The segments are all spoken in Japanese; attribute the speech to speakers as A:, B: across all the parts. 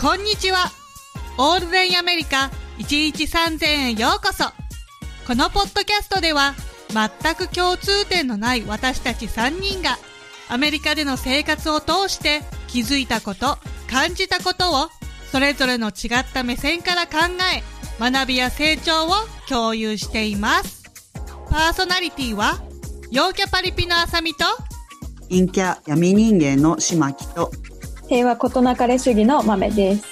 A: こんにちは。オールデンアメリカ1日3000円ようこそ。このポッドキャストでは全く共通点のない私たち3人がアメリカでの生活を通して気づいたこと、感じたことをそれぞれの違った目線から考え学びや成長を共有しています。パーソナリティは陽キャパリピのあさみと
B: 陰キャ闇人間の島木と
C: 平和ことなかれ主義の豆です。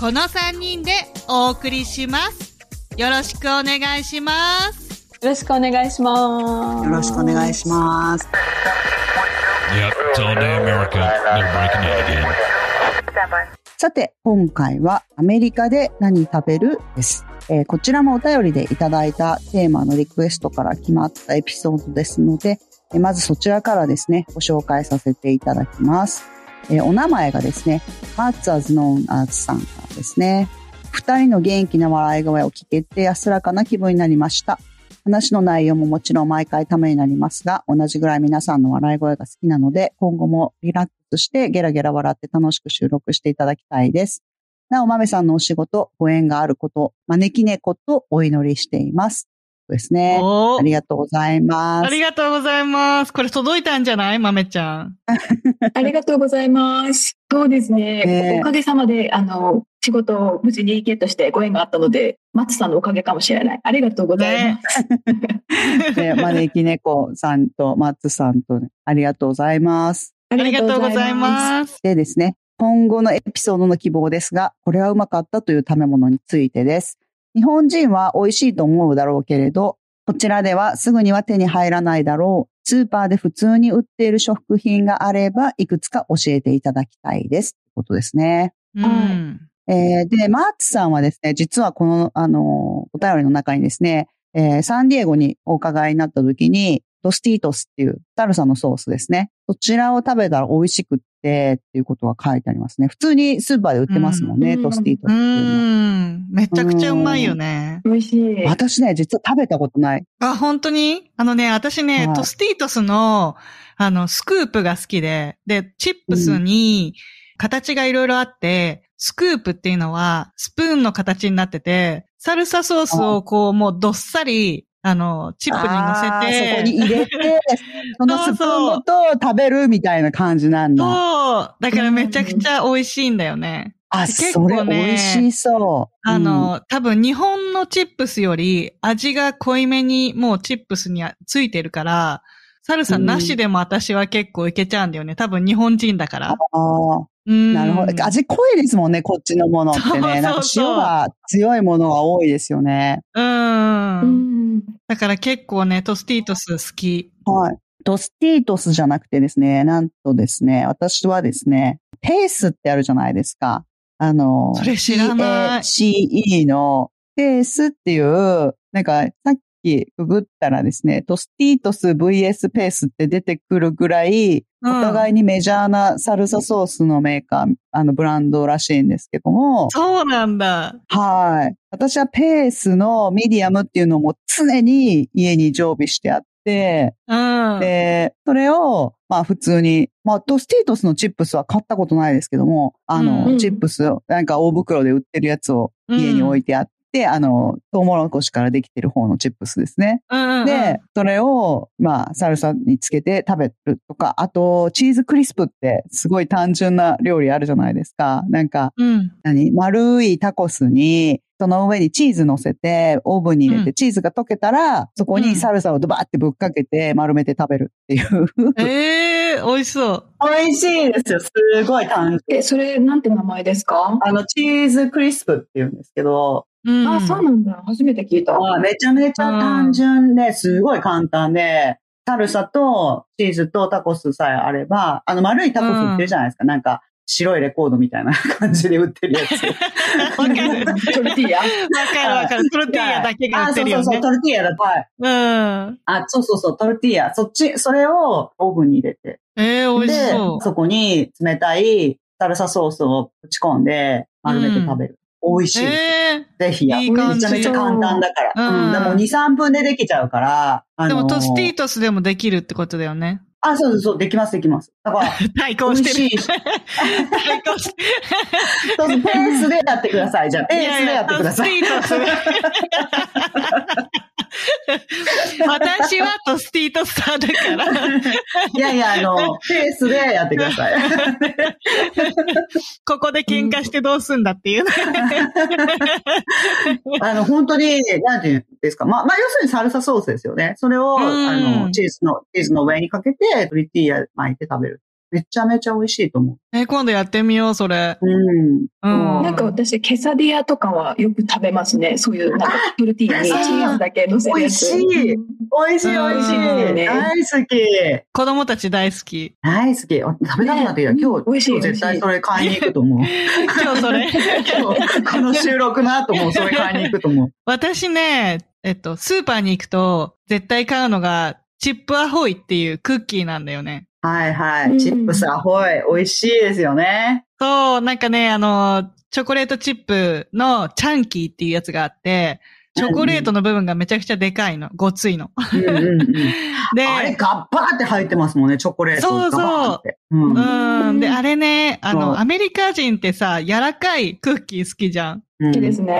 A: この3人でお送りします。よろしくお願いします。
C: よろしくお願いします。
B: よろしくお願いします。
D: Yep, it's all day America. They're breaking out again.
B: さて、今回はアメリカで何食べるです。えーこちらもお便りでいただいたテーマのリクエストから決まったエピソードですので、えーまずそちらからですね、ご紹介させていただきます。えーお名前がですね、マーツアズノーンアーツさんからですね。二人の元気な笑い声を聞けて安らかな気分になりました。話の内容ももちろん毎回ためになりますが、同じぐらい皆さんの笑い声が好きなので、今後もリラックスしてゲラゲラ笑って楽しく収録していただきたいです。なお、豆さんのお仕事、ご縁があること、招き猫とお祈りしています。そうですね。
A: お
B: ありがとうございます。
A: ありがとうございます。これ届いたんじゃない豆ちゃん。
C: ありがとうございます。そうですね。
B: ね
C: おかげさまで、あの、仕事を無事にゲットしてご縁があったので、松さんのおかげかもしれない。ありがとうございます。
B: で、招き猫さんとマッツさんとね、ありがとうございます。
C: あ
A: ありがとうございます。
B: でですね、今後のエピソードの希望ですが、これはうまかったという食べ物についてです。日本人は美味しいと思うだろうけれど、こちらではすぐには手に入らないだろう。スーパーで普通に売っている食品があれば、いくつか教えていただきたいです。ということですね。
A: うん。
B: えーで、マーツさんはですね、実はこの、あのーお便りの中にですね、えーサンディエゴにお伺いになった時に、ドスティートスっていうサルサのソースですね。そちらを食べたら美味しくってっていうことが書いてありますね。普通にスーパーで売ってますもんね、
C: うん
B: ドスティートス
A: う
B: っていうの。
A: ん。めちゃくちゃうまいよね。
C: 美味しい。
B: 私ね、実は食べたことない。
A: あ、本当にあのね、私ね
B: は、い
A: トスティートスの、あの、スクープが好きで、で、チップスに形がいろいろあって、スクープっていうのは、スプーンの形になってて、サルサソースをこう、もうどっさり、あの、チップに乗せて、
B: あーそこに入 れて、そのスプーンごと食べるみたいな感じなんだ。
A: そう。だからめちゃくちゃ美味しいんだよね。
B: あ、
A: 結
B: そ
A: 構
B: れ
A: ね
B: 美味しそう。
A: あの、多分日本のチップスより味が濃いめにもうチップスについてるから、サルサなしでも私は結構いけちゃうんだよね。多分日本人だから。
B: うん、あー
A: うん。
B: なるほど。味濃いですもんね、こっちのものってね。
A: そうそうそう
B: なんか塩が強いものが多いですよね。
A: うん。
C: うん。
A: だから結構ね、トスティートス好き。
B: はい。トスティートスじゃなくてですね、なんとですね、私はですね、ペースってあるじゃないですか。あの、
A: それ知らない
B: CE のペースっていう、なんかさっきググったらですね、トスティートス VS ペースって出てくるぐらい、
A: うん、
B: お互いにメジャーなサルサソースのメーカー、あのブランドらしいんですけども、
A: そうなんだ。
B: はい。私はペースのミディアムっていうのも常に家に常備してあって、
A: うん。
B: で、それを、まあ普通に、まあトスティートスのチップスは買ったことないですけども、あの、
C: うん
B: チップスを、なんか大袋で売ってるやつを家に置いてあって、あの、トウモロコシからできてる方のチップスですね。
A: うん、うん。
B: で、それを、まあ、サルサにつけて食べるとか、あと、チーズクリスプってすごい単純な料理あるじゃないですか。なんか、
A: うん。
B: 何丸いタコスに、その上にチーズ乗せて、オーブンに入れて、
A: うん
B: チーズが溶けたら、そこ
A: う
B: に
A: ん
B: サルサをドバーってぶっかけて、丸めて食べるっていう。
A: ええー、美味しそう。
B: 美味しいですよ。すごい単純。
C: え、それ、なんて名前ですか
B: あの、チーズクリスプって言うんですけど、
A: うん。
C: あ、そうなんだ。初めて聞いた。
B: めちゃめちゃ単純で、すごい簡単で、サルサとチーズとタコスさえあれば、あの丸いタコス売ってるじゃないですか。なんか白いレコードみたいな感じで売ってるや つ。
A: わかる。わ
C: トルティーヤ。
A: かるわかる。トルティーヤだけが売ってるよ
B: あ、そうそうそ
A: ね
B: う、。トルティーヤだ。はい。
A: うん。
B: あ、そうそうそう、トルティーヤ。そっち、それをオーブンに入れて。
A: えー、美味し
B: で、
A: そう。
B: そこに冷たいサルサソースをぶち込んで丸めて食べる。美味しい。
A: え
B: ぜひ や。
A: いい感じ
B: めちゃめちゃ簡単だから。
A: うん
B: うん。でも2、3分でできちゃうから。あ
A: ー、で
B: の
A: もトスティートスでもできるってことだよね。
B: あ、そうそうそう、できます、できます。だ から、
A: 対
B: 美
A: 抗し
B: 味
A: て
B: し
A: る。
B: いし。
A: 対抗 してる。
B: そうそうペースでやってください。じゃあ、ペースでやってください。
A: いやいや トスティートス。私はトスティートスターだから、
B: いやいや、あの、ペースでやってください。
A: ここで喧嘩してどうすんだっていう。
B: あの、本当に、なんていうんですか。まあ、まあ、要するにサルサソースですよね。それを、
A: うん
B: あの、チーズの、チーズの上にかけて、トリティーヤ巻いて食べる。めちゃめちゃ美味しいと思
A: え、今度やってみよう、それ。
B: う。うん。
A: うん。
C: なんか私、ケサディアとかはよく食べますね。そういう、なんか、トルティーヤにチーズだけ乗せるや
B: 美味
C: つ。
B: しい
C: うん
B: 美味しい、美味しい。
C: うん
B: 大好き。
A: 子供たち大好き。
B: 大好き。お食べたくなってきた。
C: ね
B: 今日、
C: 美味しい
B: 今日絶対それ買いに行くと思う。
A: 今日それ。
B: 今日、この収録の後もそれ買いに行くと思う。
A: 私ね、えっと、スーパーに行くと、絶対買うのが、チップアホイっていうクッキーなんだよね。
B: はいは
C: うん
B: い。チップスアホイ。美味しいですよね。
A: そう、なんかね、あの、チョコレートチップのチャンキーっていうやつがあって、チョコレートの部分がめちゃくちゃでかいの。ごついの。
B: うんうんうん。
A: で、
B: あれガッバーって入ってますもんね、チョコレート。
A: そうそう
B: ガバーって。うん。
C: う
A: うん。で、あれね、あ
B: そう
A: の、アメリカ人ってさ、柔らかいクッキー好きじゃん。
B: うん
C: 好きですね。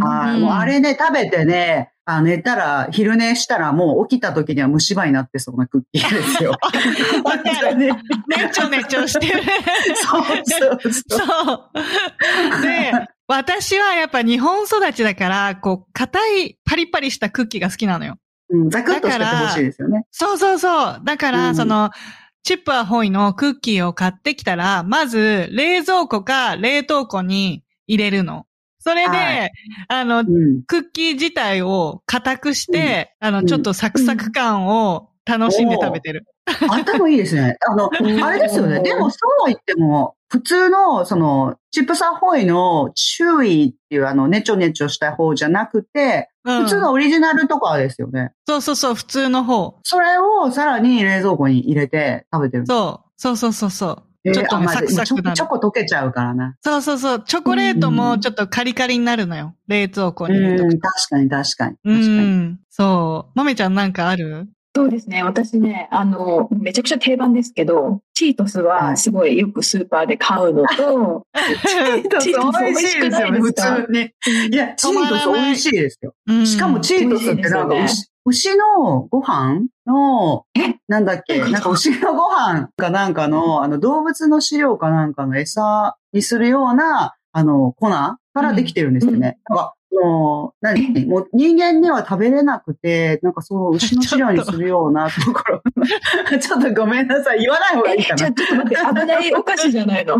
B: は
A: う
B: い。
A: ん
B: もうあれね、食べてね、あ寝たら、昼寝したら、もう起きた時には虫歯になってそうなクッキーですよ。
A: わかる
B: ね。
A: ねちょねちょしてる。
B: そうそうそう。
A: そう。で、私はやっぱ日本育ちだから、こう、硬いパリパリしたクッキーが好きなのよ。
B: うん、ザクッとしててほしいですよね。
A: そうそうそう。だから、
B: うん
A: その、チップアホイのクッキーを買ってきたら、まず、冷蔵庫か冷凍庫に入れるの。それで、
B: は
A: あの、
B: うん。
A: クッキー自体を硬くして、あの、
B: うん
A: ちょっとサクサク感を楽しんで食べてる。
B: 頭いいですね。あの、あれですよね。でも、そうは言っても、普通の、その、チップサホイの注意っていう、あの、ネチョネチョした方じゃなくて、
A: うん
B: 普通のオリジナルとかですよね。
A: そうそうそう、普通の方。
B: それをさらに冷蔵庫に入れて食べてる。
A: そう。そうそうそうそう。ちょっとね、
B: えーあまあ
A: サクサクな
B: チョ
A: の。
B: コチョコ溶けちゃうからな。
A: そうそうそう。チョコレートもちょっとカリカリになるのよ。冷蔵庫に入れとく
B: 確かに確かに。
A: う
B: 確かに。
A: ん。そう。まめちゃんなんかある
C: そうですね。私ね、あの、めちゃくちゃ定番ですけど、チートスはすごいよくスーパーで買うのと、 チートス美味しくないです
B: 普
C: か
B: 通に。いや、チートス美味しいですよ。
A: うん
B: しかもチートスってなんか
C: 美味しいです
B: 牛、牛のご飯の
C: え、
B: なんだっけ、
C: どういうこと
B: なんか牛のご飯かなんかの、あの動物の飼料かなんかの餌にするような、あの、粉からできてるんですよね。なんか、あの何もう人間には食べれなくて、なんかそう、牛の飼料にするようなところ。 ちょっとごめんなさい。言わない方がいい
C: え、
B: か
C: じゃ
B: な
C: あ。ちょっと待って、危ないお菓子じゃ ないの。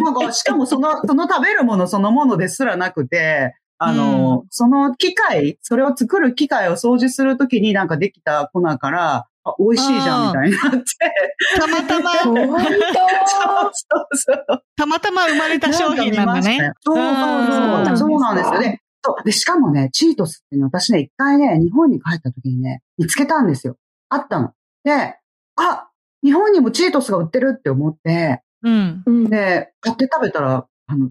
B: なんか、しかもそ の、その食べるものそのものですらなくて、あの、その機械、それを作る機械を掃除するときになんかできた粉から、あ、美味しいじゃんみたいになって。
A: たまたま、
C: 本
B: そうそ
C: 当
B: うそう。
A: たまたま生まれた商品なんだね。
B: そうそう
C: う
B: そ
C: ん
B: う。そうなんですよね。そう。で、しかもね、チートスっていうの私ね、一回ね、日本に帰った時にね、見つけたんですよ。あったの。で、あ、日本にもチートスが売ってるって思って、
A: うん。
C: うん
B: で、買って食べたら、あの、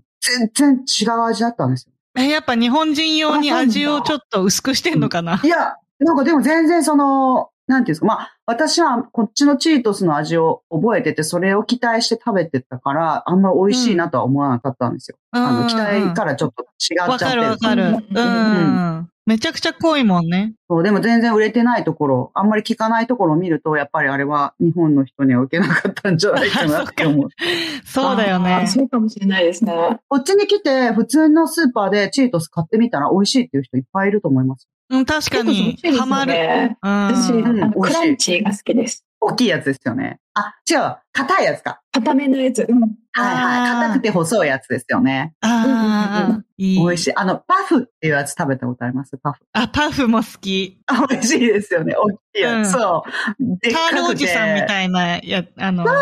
B: 全然違う味だったんですよ。
A: え、やっぱ日本人用に
C: あそうなんだ
A: 味をちょっと薄くしてんのかない。
B: や、なんかでも全然その、なんていうんですか、まあ、私はこっちのチートスの味を覚えてて、それを期待して食べてたから、あんま美味しいなとは思わなかったんですよ。あの、期待かららちょっと違っ
A: わ
B: ちゃっ
A: か
B: て
A: るわかる。う。
C: うん
A: めちゃくちゃ濃いもんね。
B: そうでも全然売れてないところ、あんまり聞かないところを見ると、やっぱりあれは日本の人には受けなかったんじゃないかなって思う。
A: そうだよ
C: あー
A: ね。
C: そうかもしれないですね。
B: こっちに来て、普通のスーパーでチートス買ってみたら美味しいっていう人いっぱいいると思います。
A: うん、確かに
C: 結構美味しいですよね。
A: ハマる。う
C: 私、あ
A: ん。
B: うん
C: の
B: 美味し
C: ク
B: い
C: ランチが好きです。
B: 大きいやつですよね。あ、違う、硬いやつか。
C: 固めのやつ。うん。
B: はいはい。
A: あー
B: 硬くて細いやつですよね。
A: ああ、いい。
B: 美味しい。あの、パフっていうやつ食べたことありますパフ。
A: あ、パフも好き。
B: あ美味しいですよね。大きいやつ。
A: うん
B: そう。でっ
A: カ
B: かくて
A: ールおじさんみたいな、や、あの、
B: そうそう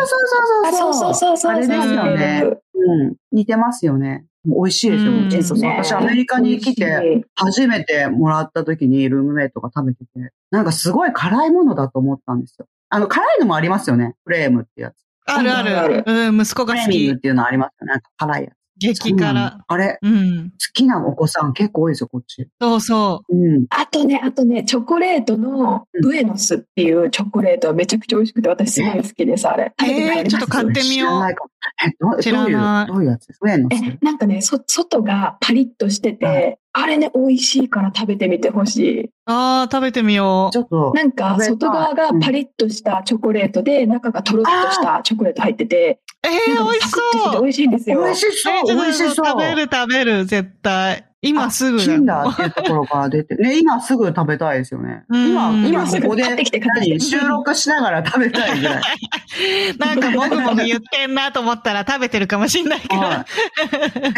C: あ、
B: そ
C: そう
B: そ。
C: うそううそうそう。
B: あれです
A: よ
B: ねうん。似てますよね。美味しいですよ。
A: うん
B: ちょっとそう
A: ね
B: 私、アメリカに来て、。初めてもらった時にルームメイトが食べてて、なんかすごい辛いものだと思ったんですよ。あの、辛いのもありますよね。フレームってやつ。
A: あるあ
C: あ
A: る
C: る。
A: うん、息子
B: フ
A: が
B: レ
A: 好
B: ーミングっ
A: き。
B: ていうのありますよね。なんか辛いやつ。
A: 激
B: うん
A: 辛。
B: あれ、好
A: うん。
B: きなお子さん結構多いですよ、こっち。
A: そうそ
B: うん。
C: あとね、あとね、チョコレートのブエノスっていうチョコレートはめちゃくちゃ美味しくて、私すごい好きです、あれ。
A: えーちょっと買ってみ
B: 知
A: よう
B: らないかも。え、ど
A: 知
B: ど
A: ら
B: うい、
A: ないう
B: どういうやつです上の
C: え、なんかね、そ、外がパリッとしてて、あれね、美味しいから食べてみてほしい。
A: う。ああ、食べてみよ
B: ち
A: う。
B: ょっと。
C: なんか
B: 食べたい
C: 外側がパリッとしたチョコレートで、中がとろっとしたチョコレート入ってて、
A: えー、
C: なんか
A: 美味し
C: サクッとして
A: そ
C: て
A: う。
C: 美味しいんです
B: 美
C: よ。
B: 味し
A: え
B: そう、
A: ちょっと
B: 美味しそう。
A: 食べる食べる、絶対。今すぐ
B: キ
A: だ
B: ン
A: も
B: ダー
A: ん。
B: っていうところから出て、ね、今すぐ食べたいですよね。
A: うん
B: 今、今
C: 今す
B: こ
C: ぐ
B: こで
C: 買ってきて買ってきて
B: 何 収録しながら食べたいぐらい。
A: なんかもぐもぐ言ってんなと思ったら食べてるかもしんないけど。
B: はい。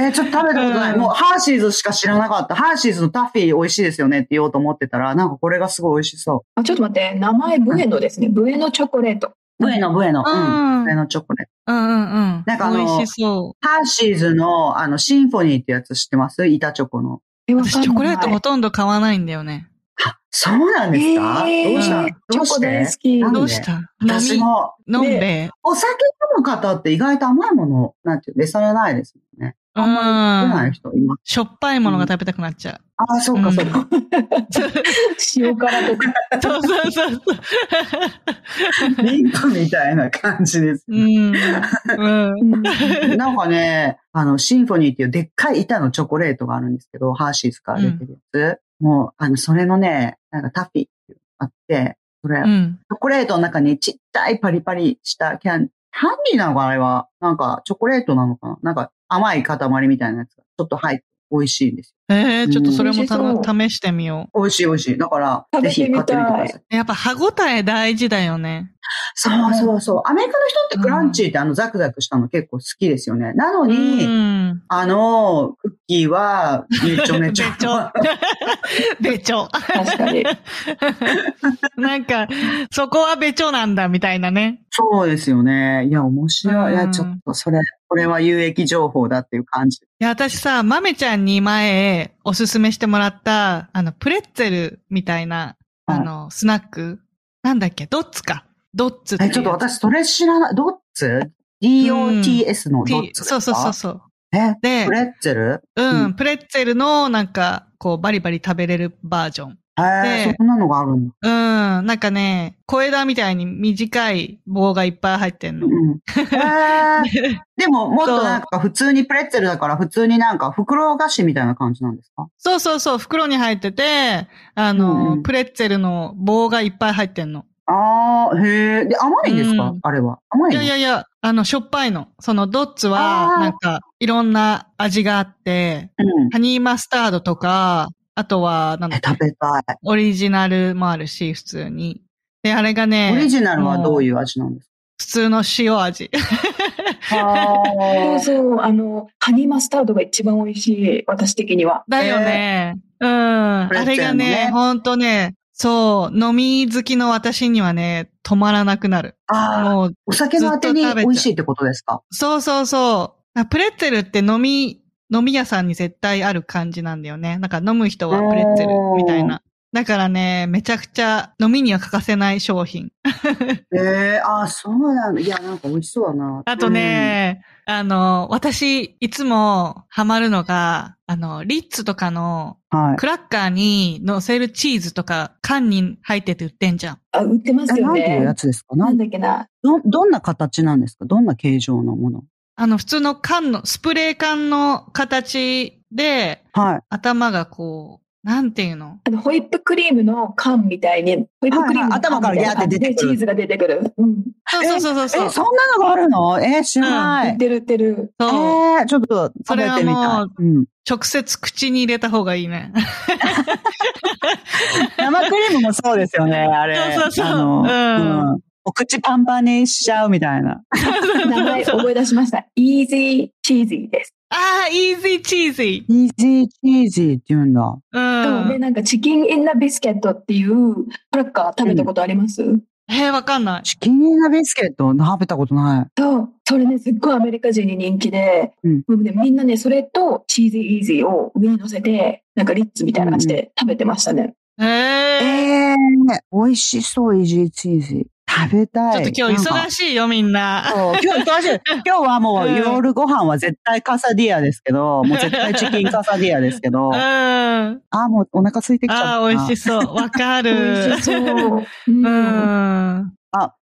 B: えーちょっと食べたことない。
A: うん
B: もう、ハーシーズしか知らなかった。ハーシーズのタッフィー美味しいですよねって言おうと思ってたら、なんかこれがすごい美味しそ
C: あ、ちょっと待って、名前ブエノですね。ブエノチョコレート。
B: う。ブエのブエの。
A: う
B: うんん。ブエのチョコレート。
A: うんうんうん。
B: なんかあの
A: 美味しそ
B: ハーシーズの、あの、シンフォニーってやつ知ってます板チョコの。
C: え、
A: う。
C: わかんな
A: 私
C: い
A: チョコレートほとんど買わないんだよね。
B: あそうなんですか、
C: えー
B: どうした
A: うん
C: チ
B: どう
C: ョコ
B: して
C: 大好き。
B: なんで
A: どうした
B: 私も、
A: 飲み飲んで。
B: お酒飲む方って意外と甘いもの、なんていう、召されないですもんね。
A: う
B: あんまり出ない
A: ん。
B: 人います。
A: しょっぱいものが食べたくなっちゃ
B: ああ、そうか、そうか。
C: 塩辛とか。
A: う。そうそうそうそう。
B: リンクみたいな感じです。
A: うん。うん。
C: うん
B: なんかね、あの、シンフォニーっていうでっかい板のチョコレートがあるんですけど、ハーシーズから出てるやつ。もう、あの、それのね、なんかタフィーっていうのがあって、それ、
A: う
B: チ
A: ん。
B: ョコレートの中にちっちゃいパリパリしたキャン、ハンディーなのかなあれは。なんか、チョコレートなのかななんか、甘い塊みたいなやつがちょっと入って、美味しいんです
A: えー、ちょっとそれもた
C: うん美味
A: 試
C: しそ
A: してみよ
B: よ。美味しい美味しい。だから、
C: 食
B: ぜ
C: べて
B: ひ買
C: みたい
B: ってみてください。
A: う。やっぱ歯応え大事だよね。
B: そうそうそう。アメリカの人ってクランチーってあのザクザクしたの結構好きですよね。なの
A: う
B: に、
A: ん。
B: あの、クッキーは、めち ょめち
A: べち ょ
B: ょ。。
A: べちょ。
C: 確かに。
A: なんか、そこはべちょなんだみたいなね。
B: そうですよね。いや、面白い。い
A: うん
B: や、ちょっと、それ、これは有益情報だっていう感じ。
A: いや、私さ、まめちゃんに前、おすすめしてもらった、あの、プレッツェルみたいな、
B: は
A: あ
B: い
A: の、スナック。なんだっけドッツか。ドッツってい
B: え、
A: う。
B: ちょっと私、それ知らない。ドッツ ?DOTS のドッ
A: T
B: ツですか
A: そうそうそうそう。
B: え、
A: で
B: プ、レッツェル
A: うん、
B: うん
A: プレッツェルの、なんか、こう、バリバリ食べれるバージョン。うん、
B: え
A: で
B: ー、そんなのがあるんだ。
A: なんかね、小枝みたいに短い棒がいっぱい入ってん
B: う
A: の。
B: ん。え ーでも、もっとなんか、普通にプレッツェルだから、普通になんか、袋菓子みたいな感じなんですか
A: そうそうそう、袋に入ってて、あの、
B: うん
A: プレッツェルの棒がいっぱい入ってんの。
B: ああ、へえ。で、甘いんですか、
A: うん
B: あれは。甘い
A: い
B: の
A: やいやいや、あの、しょっぱいの。その、ドッツは、
B: あー
A: なんか、いろんな味があって、
B: うん。
A: ハニーマスタードとか、あとは、なんだ
B: え
A: っ、け
B: 食べたい。
A: オリジナルもあるし、普通に。で、あれがね、
B: オリジナルはどういう味なんです
A: 普通の塩味。
B: か
C: そ
B: は
C: うそう、あの、ハニーマスタードが一番美味しい、私的には。
A: だよね。うん。
B: プレ
A: あ
B: ッツェ
A: れ
B: ル
A: が
B: の
A: ね
B: ね
A: ほんとね、そう、飲み好きの私にはね、止まらなくなる。
B: ああ、
A: もう、
B: お酒のあて
A: ずっ
B: に
A: と食べちゃう
B: 美味しいってことですか
A: そうそうそう。あプレッツェルって飲み、飲み屋さんに絶対ある感じなんだよね。なんか飲む人はプレッツェルみたいな。だからね、めちゃくちゃ飲みには欠かせない商品。
B: ええああ、そうなんだ。いや、なんか美味しそうだな。
A: あとね、あの、私、いつもハマるのが、あの、リッツとかの
B: うん。はい。
A: クラッカーに乗せるチーズとか缶に入ってて売ってんじゃん。
C: あ、売ってます
B: え、
C: よ
B: なんていう
C: ね
B: や。つですかな
C: なん
B: ん
C: だっけな。
B: ど、どんな形なんですかどんな形状のもの
A: あの、普通の缶の、スプレー缶の形で、
B: はい。
A: 頭がこう、なんていうの
C: あの、ホイップクリームの缶みたいに、ホイップクリー
B: はい
C: ムの
B: はい頭から
C: 缶みたい
B: ギャー
C: な
B: って出てくる
C: でチーズが出てくる。うん。
A: そうそうそうそう。
B: え、そんなのがあるのえー知らな
C: 売っ
B: い。
C: てる売ってる。
B: え
A: そう。
B: えちょっと食べ
A: それ
B: てみ
A: は
B: た
A: も
B: い。うん。
A: 直接口に入れた方がいいね。
B: 生クリームもそうですよね、あれ。
A: そうそうそう
B: あの
A: うん
B: お口パンパンにしちゃうみたいな。
C: 名前覚え出しました。Easy Cheesy です。
A: ああ、イージーチーズイ。
B: イージーチージーって言うん
A: う
B: だ。
C: そうで、
A: ん。
C: なんかチキンインナビスケットっていうクラッカー食べたことあります、
A: えー、わかんない。
B: チキンインナビスケット食べたことない。
C: そう。それね、すっごいアメリカ人に人気で、
B: うん
C: もうねみんなね、それとチーズイージーを上に乗せて、なんかリッツみたいな感じで食べてましたね。
A: ええ
B: えー、美味しそう、イージーチーズイ。食べたい。
A: ちょっと今日忙
B: い。
A: しいよ、みんな。
B: そう今日忙しい。今日はも
A: う
B: う
A: ん
B: 夜ご飯は絶対カサディアです けど、もう絶対チキンカサディアですけど
A: う、ん。
B: あ、もうお腹空いてきちゃった。
A: ああ、美味しそう。わか
C: 美
A: る。
C: 味しそう。う。
A: うんん。
B: あ、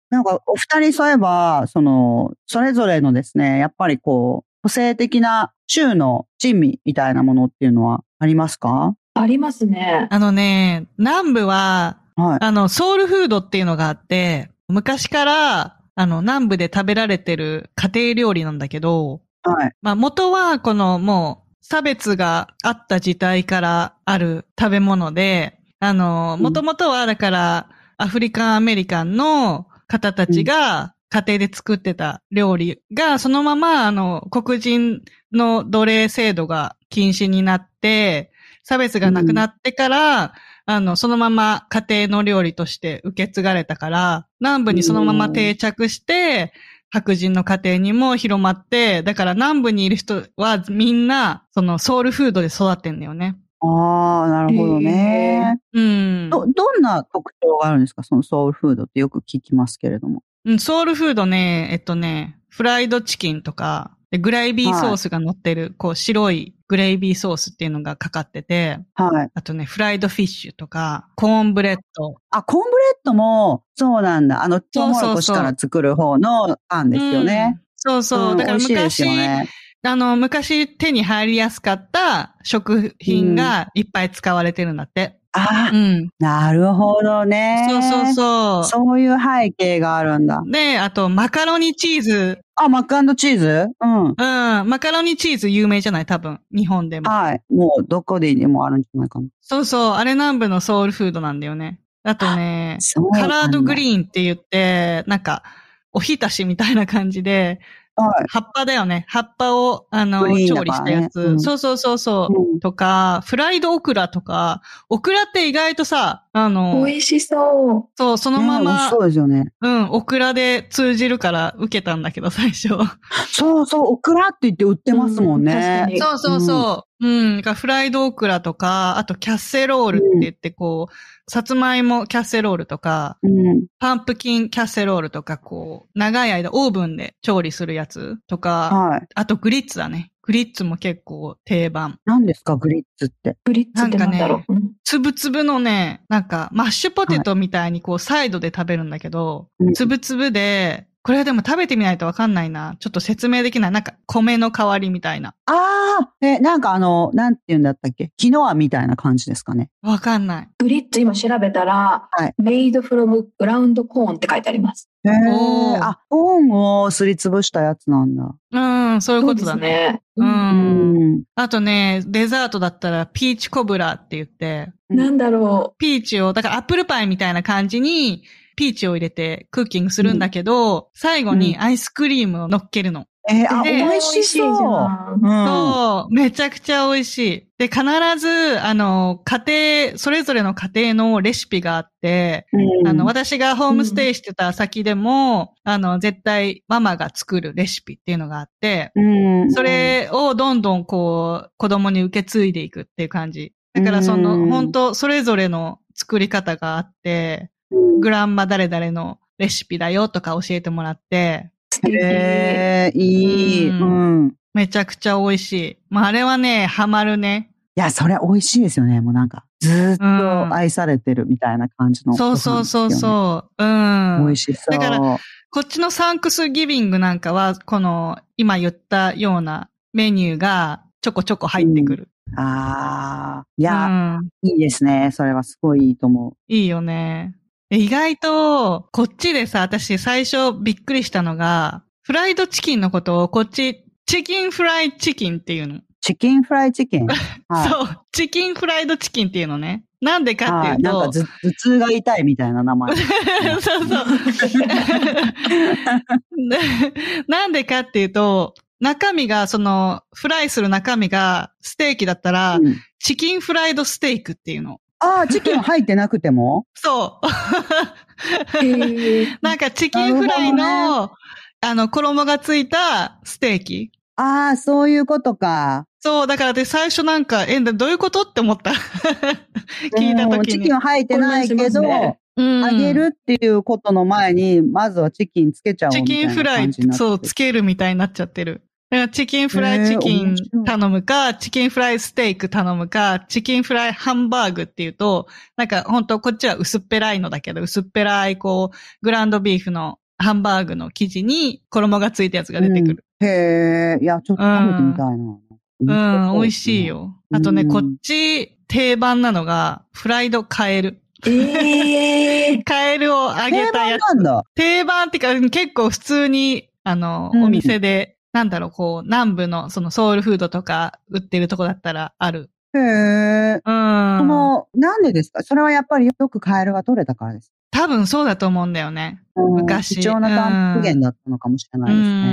B: なんかお二人そういえば、その、それぞれのですね、やっぱりこう、個性的な州の珍味みたいなものっていうのはありますか
C: ありますね。
A: あのね、南部は、
B: はい。
A: あの、ソウルフードっていうのがあって、昔から、あの、南部で食べられてる家庭料理なんだけど、
B: はい。
A: まあ、元は、この、もう、差別があった時代からある食べ物で、あの、
B: うん
A: もともとは、だから、アフリカンアメリカンの方たちが、家庭で作ってた料理が、そのまま、あの、黒人の奴隷制度が禁止になって、差別がなくなってから、あの、そのまま家庭の料理として受け継がれたから、南部にそのまま定着して、白人の家庭にも広まって、だから南部にいる人はみんな、そのソウルフードで育ってんだよね。
B: ああ、なるほどね。
A: うん。
B: ど、どんな特徴があるんですかそのソウルフードってよく聞きますけれども。
A: うん、ソウルフードね、えっとね、フライドチキンとか、でグレイビーソースが乗ってる、こう白いグレイビーソースっていうのがかかってて、
B: はい。
A: あとね、フライドフィッシュとか、コーンブレッド。
B: あ、コーンブレッドも、そうなんだ。あの、トウモロコシから作る方のパンですよね。
A: うん。そうそう。
B: ん
A: だから
B: 美味しいです
A: 昔、
B: よね。
A: あの、昔手に入りやすかった食品がいっぱい使われてるんだって。
B: あ
A: う
B: あ、
A: ん。
B: なるほどね。
A: そうそうそう。
B: そういう背景があるんだ。
A: ねあと、マカロニチーズ。
B: あ、マックチーズうん。
A: うん。マカロニチーズ有名じゃない多分。日本でも。
B: はい。もう、どこでもあるんじゃないかな。
A: そうそう。あれ南部のソウルフードなんだよね。あとね、
B: そうなんだ
A: カラードグリーンって言って、なんか、おひたしみたいな感じで、
B: はい。
A: 葉っぱだよね。葉っぱを、あの、
B: グリー
A: 調
B: ンだ
A: 理
B: か
A: し
B: らね
A: たやつ。
B: うん
A: そうそうそうそう。
B: うん
A: とか、フライドオクラとか、オクラって意外とさ、あの、
C: 美味しそう。
A: そう、その
B: ね
A: ま
B: 美味
A: ま、
B: しそうですよね。
A: うん、オクラで通じるから受けたんだけど、最初。
B: そうそう、オクラって言って売ってますもん
C: うん確か
B: ね
C: に。
A: そうそうそう。うん、だからフライドオクラとか、あとキャッセロールって言って、こう、さつまいもキャッセロールとか、
B: うん。
A: パンプキンキャッセロールとか、こう、長い間オーブンで調理するやつとか、
B: はい。
A: あとグリッツだね。グリッツも結構定番。
B: 何ですか、グリッツって。
C: ブリッツってなんだろう。
A: なん
C: うん
A: つぶつぶのね、なんか、マッシュポテトみたいにこう、サイドで食べるんだけど、
B: うん
A: つぶつぶで、これでも食べてみないとわかんないな。ちょっと説明できない。なんか、米の代わりみたいな。
B: ああ、え、なんかあの、なんて言うんだったっけキノアみたいな感じですかね。
A: わかんない。
C: ブリッツ今調べたら、
B: はい
C: メイドフロムグラウンドコーンって書いてあります。
B: へえ
A: お。ー
B: あ、コーンをすりつぶしたやつなんだ。
A: うん、そういうことだね。。
C: そううですね。
B: うんん。
A: あとね、デザートだったら、ピーチコブラって言って、
B: うん
C: なんだろ
A: ピーチを、だからアップルパイみたいな感じに、ピーチを入れてクッキングするんだけど、最後にアイスクリームを乗っけるの。
B: えー、
C: う。
B: あ、
A: で
B: 美
A: ね
B: 味しそう。
C: 美味じゃ
B: うん
A: そう、めちゃくちゃ美味しい。で、必ず、あの、家庭、それぞれの家庭のレシピがあって、
B: うん
A: あの、私がホームステイしてた先でも、あの、絶対ママが作るレシピっていうのがあって、
B: うん
A: そ、れをどんどんこう、子供に受け継いでいくっていう感じ。だからその、
B: うん
A: 本当それぞれの作り方があって、
B: うん
A: グランマ誰々のレシピだよとか教えてもらって、
C: 素敵
B: えー、いい。
A: う
B: うん。い
A: めちゃくちゃ美味しい。まあ、あれはね、ハマるね。
B: や、それ美味しいですよね。もうなんか、ずーっ
A: うん
B: と愛されてるみたいな感じの、
A: そうそうそう
B: う。
A: そう。う
B: 美
A: ん
B: 味。しそう。
A: だからこっちのサンクスギビングなんかは、この今言ったようなメニューがちょこちょこ入ってくる。
B: ああ、いうや、
A: ん。
B: いいですね。それはすごいいいと思
A: いいよね。え意外と、こっちでさ、私最初びっくりしたのが、フライドチキンのことをこっち、チキンフライチキンっていうの。
B: う。チキンフライチキン。はい、
A: そう。チキンフライドチキンっていうのね。なんでかって
B: はいい。
A: う
B: な
A: と
B: んか、頭頭痛が痛いみたいな 名前。
A: そうそう。でなんでかっていうと、中身が、その、フライする中身が、ステーキだったら、
B: うん
A: チキンフライドステーキっていうの。
B: ああ、チキン入ってなくて も
A: そう。
C: へえ
A: なんかチキンフライ
B: なるほ
A: の、あの、衣がついたステーキ。
B: ああ、そういうことか。
A: そう、だからで最初なんか、え、どういうことって思った。 聞いた
B: うん
A: 時
B: チ
A: に
B: キン。は入ってないけど、
C: 混乱しますね
A: うん
B: あげるっていうことの前に、まずはチキンつけちゃおう
A: チ
B: みた
A: キ
B: い
A: ン
B: な
A: フラ
B: 感
A: イ
B: じになっ、て
A: そう、つけるみたいになっちゃってる。だからチキンフラ
B: ねえ
A: イチキン
B: 面白い
A: 頼むか、チキンフライステーキ頼むか、チキンフライハンバーグっていうと、なんか本当こっちは薄っぺらいのだけど、薄っぺらいこう、グランドビーフのハンバーグの生地に衣がついたやつが出てくる。
B: へえ、いや、ちょっと食べてみたいな。
A: うん、美味しい。よ。
B: うん
A: あとね、こっち定番なのが、フライドカエル。
C: ええ
A: カエルを揚げた
B: 定番
A: やつ。
B: なんだ。
A: 定番っていうか、結構普通に、あの、
B: うん
A: お店で、なんだろう、こう、南部の、そのソウルフードとか売ってるとこだったらある。
B: へえ。
A: う
B: そ
A: ん。
B: の、なんでですかそれはやっぱりよくカエルが取れたからです。
A: 多分そうだと思うんだよね。
B: うん
A: 昔
B: 貴重なタンパク源だったのかもしれ
A: う
B: ないですね。
A: ん
C: う。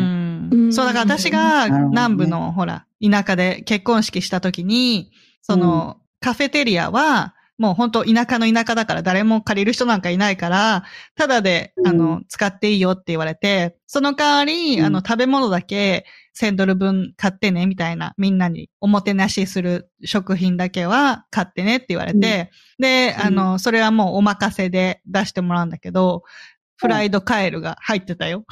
C: ん
A: そう、だから私が
B: なるほどね
A: 南部の、ほら、田舎で結婚式した時に、その、カフェテリアは、もう本当田舎の田舎だから誰も借りる人なんかいないから、ただで、
B: うん
A: あの、使っていいよって言われて、その代わり、
B: うん
A: あの、食べ物だけ1000ドル分買ってね、みたいな、みんなにおもてなしする食品だけは買ってねって言われて、で、あの、それはもうお任せで出してもらうんだけど、フライドカエルが入ってたよ。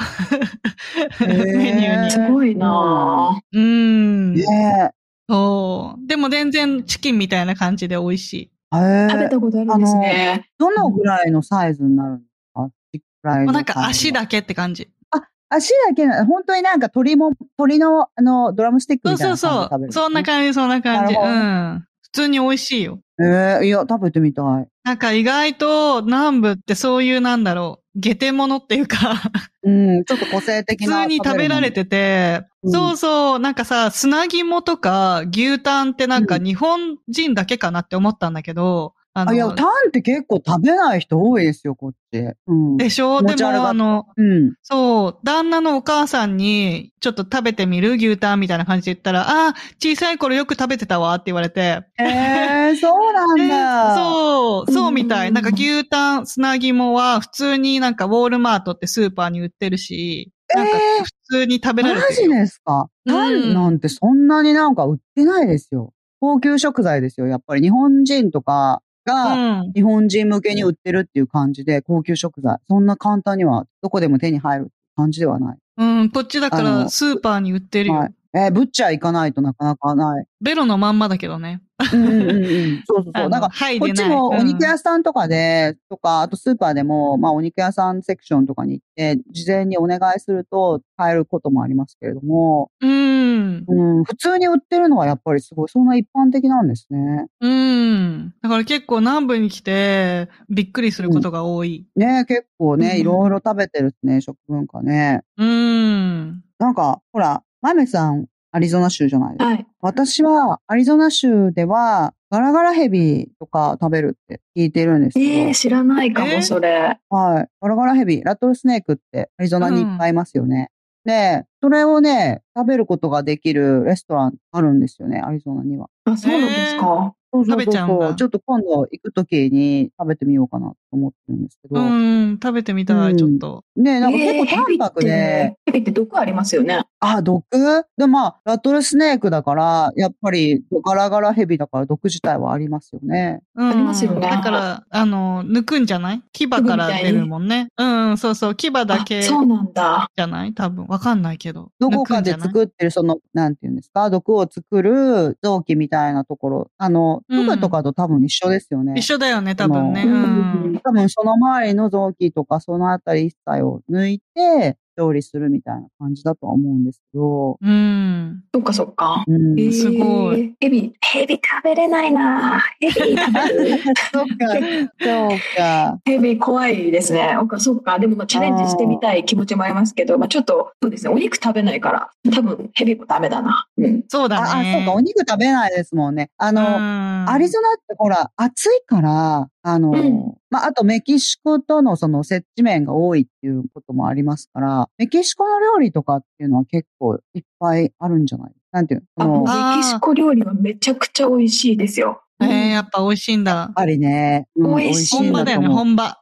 A: メニューに
B: へ。
C: すごいな
A: うーん。
B: ね
A: そう。でも全然チキンみたいな感じで美味しい。
B: え。へ
C: ぁ食べ
B: え。
C: たことあるんですね。
B: どのぐらいのサイズになるんですかチキンフライ
A: も
B: ド
A: うな
B: カエ
A: ん
B: ル
A: か
B: は
A: 足だけって感じ。
B: 足だけな、本当になんか鳥も、鳥の、あの、ドラムスティック
A: そ
B: み
A: う
B: たい
A: そ
B: な
A: うそ
B: 感じで食べる、
A: う。そんな感じ、そんな感じ。う
B: なるほど
A: ん。普通に美味しいよ。
B: じ。ええいや、食べてみたい。
A: なんか意外と南部ってそういうなんだろう、下手者っていう か、
B: うん、ちょっと個性
A: 普
B: 的な。
A: 通に食べられてて、
B: うん
A: そうそう、なんかさ、砂肝とか牛タンってなんか
B: うん
A: 日本人だけかなって思ったんだけど、あ
B: あ、いや、タンって結構食べない人多いですよ、こっち。うん。
A: でしょ
B: 持
A: で
B: ち歩か
A: もあの、
B: うん。
A: そう、旦那のお母さんに、ちょっと食べてみる牛タンみたいな感じで言ったら、ああー、小さい頃よく食べてたわって言われて。
B: えー、そうなんだ。
A: えーそう、そうみたい。
C: うん
A: なんか牛タン、砂肝は普通になんかウォールマートってスーパーに売ってるし、なんか
B: えー
A: 普通に食べられ
B: マ
A: て
B: ジ
A: るよ。
B: ですか。タ
A: うん
B: ンなんてそんなになんか売ってないですよ。高級食材ですよ、やっぱり。日本人とかが、
A: うん。
B: 日本人向けに売ってるっていう感じで、高級食材。そんな簡単には、どこでも手に入る感じではない。
A: うん、こっちだか
B: あ
A: ら
B: の
A: スーパーに売ってるよ。
B: はい。えー、ブッチャー行かないとなかなかない。
A: ベロのまんまだけどね。
B: うんうんうん うん。そうそう
A: あ
B: そ
A: の
B: う。なんか、
A: 入
B: こ
A: れ
B: っ
A: な
B: ち
A: い
B: もお肉
A: うん
B: 屋さんとかで、とか、あとスーパーでも、まあお肉屋さんセクションとかに行って、事前にお願いすると買えることもありますけれども、
A: うん。
B: うん、普通に売ってるのはやっぱりすごい、そんな一般的なんですね。
A: うん。だから結構南部に来て、びっくりすることが多い。
B: ね結構
A: うん
B: ね、いろいろ食べてるね、食文化ね。
A: うん。
B: なんか、ほら、マメさん、アリゾナ州じゃないですか。
C: はい。
B: 私は、アリゾナ州では、ガラガラヘビとか食べるって聞いてるんですけど
C: ええ、知らないか
A: え
C: も、それ。
B: はい。ガラガラヘビ、ラトルスネークってアリゾナにいっぱいいますよね。で、それをね、食べることができるレストランあるんですよね、アリゾナには。
C: あ、そうなんですか。
B: そうそうそうそう
A: 食べちゃうんだ
B: ちょっと今度行くときに食べてみようかなと思ってるんですけど。
A: うん、食べてみた
B: う
A: い、
B: ん
A: ちょっと。
B: ねなんか
C: ええ
B: 結構
C: ヘビ
B: 淡
C: っ
B: 白で、
C: て、ヘビって毒ありますよね。
B: あ、毒で、まあ、ラトルスネークだから、やっぱりガラガラヘビだから毒自体はありますよね。
A: うん、
C: ありますよね
A: だから、あの、抜くんじゃない牙から出るもんね。うん、そうそう、牙だ
C: あ
A: けじ
C: そうなんだ。
A: ゃない多分、わかんないけど。
B: どこかで
A: 抜くんじゃない
B: 作ってる、その、なんていうんですか、毒を作る臓器みたいなところ、あの、
A: うん
B: フグとかと多分一緒ですよね。
A: 一緒だよね、多分ね。
B: あ
A: う
C: の
A: ん。
B: 多分その周りの臓器とかそのあたり一切を抜いて、調理するみたいな感じだとは思うんですけど、
A: うん。
C: そっかそっか。
B: うん。
C: えー
A: すごい。
C: ヘビ、ヘビ食べれないなヘビ食べ る
B: そうか、そうか。
C: ヘビ怖いですね。そっか、そっか。でもまあチャレンジしてみたい気持ちもありますけど、まあちょっと、そうですね。お肉食べないから、多分ヘビもダメだな。うん。
A: そうだ
B: あ、あ、
A: ね。
B: そうか、お肉食べないですもんね。あ
A: う
B: の、
A: ん
B: アリゾナってほら、暑いから、あの、
C: うん
B: まあ、あとメキシコとのその接地面が多いっていうこともありますから、メキシコの料理とかっていうのは結構いっぱいあるんじゃないなんていう
C: あ
B: のそのやっ
A: あー
C: メキシコ料理はめちゃくちゃ美味しいですよ。
A: えーやっぱ美味しいんだ。
B: ぱりね、うん
C: 美味しい
A: 本
B: ん
A: 場
B: だ
A: だ
B: と
A: よね、
B: 思う。
A: 本場。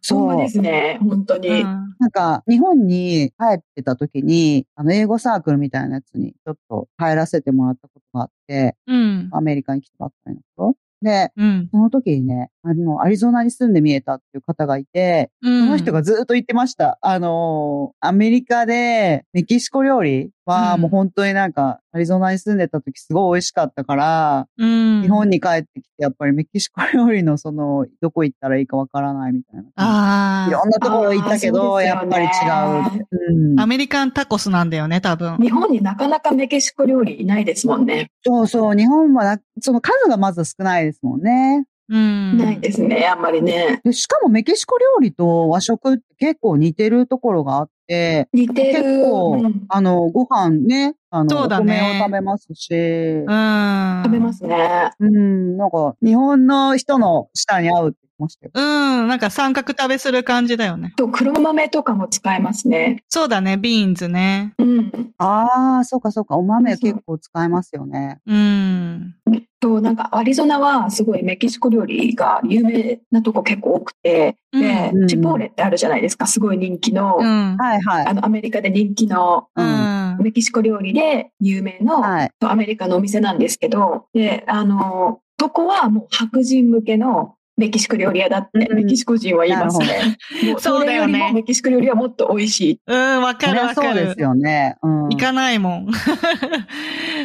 C: そう
B: そう
C: で。すね。本当に。
A: うん
B: なんか、日本に帰ってた時に、あの、英語サークルみたいなやつにちょっと入らせてもらったことがあって、
A: うん。
B: アメリカに来てばっかりの頃。で、
A: うん。
B: その時にね、あの、アリゾナに住んで見えたっていう方がいて、そ
A: そ
B: の人がずっと言ってました。あのーアメリカでメキシコ料理は
A: うん
B: もう本当になんか、アリゾナに住んでた時すごい美味しかったから、
A: 日
B: 日本に帰ってきてやっぱりメキシコ料理のその、どこ行ったらいいかわからないみたいな。
A: あ
B: いろんなところ行ったけど、
C: あー
B: やっぱり違
C: そう
B: う
C: で
B: って。うん
A: あ。アメリカンタコスなんだよね、多分。
C: 日本になかなかメキシコ料理いないですもんね。
B: そうそう、日本はな、その数がまず少ないですもんね。
A: うん。
C: ないですね、あんまりね。
B: でしかもメキシコ料理と和食って結構似てるところがあって、
C: 似てる。
B: 結構
C: うん
B: あの、ご飯ね、あの、
A: そうだ
B: お
A: ね
B: 米を食べますし、
A: うん。
C: 食べますね。
B: うん、なんか、日本の人の舌に合うって言ってましたよ。
A: うん。なんか三角食べする感じだよね。
C: と黒豆とかも使えますね。
A: そうだね、ビーンズね。
C: うん。
B: ああ、そうかそうか、お豆結構使えますよね。
A: うん。
C: となんかアリゾナはすごいメキシコ料理が有名なとこ結構多くて、で、
B: うん
C: チポーレってあるじゃないですか、すごい人気の、
A: うん。
B: はいはい。
C: あのアメリカで人気の
A: うん。
C: メキシコ料理で有名の、
B: はい。
C: アメリカのお店なんですけど、で、あの、そこはもう白人向けのメキシコ料理屋だって、
B: うん
C: メキシコ人は言います
B: な
C: ね。も
A: そうだよね
C: それりもメキシコ料理はもっと美味しい。
A: うん、わか
B: そり
A: る
B: ゃ
A: わ
B: そ
A: か
B: うで
A: る
B: す。よね。うん。
A: 行かないもん。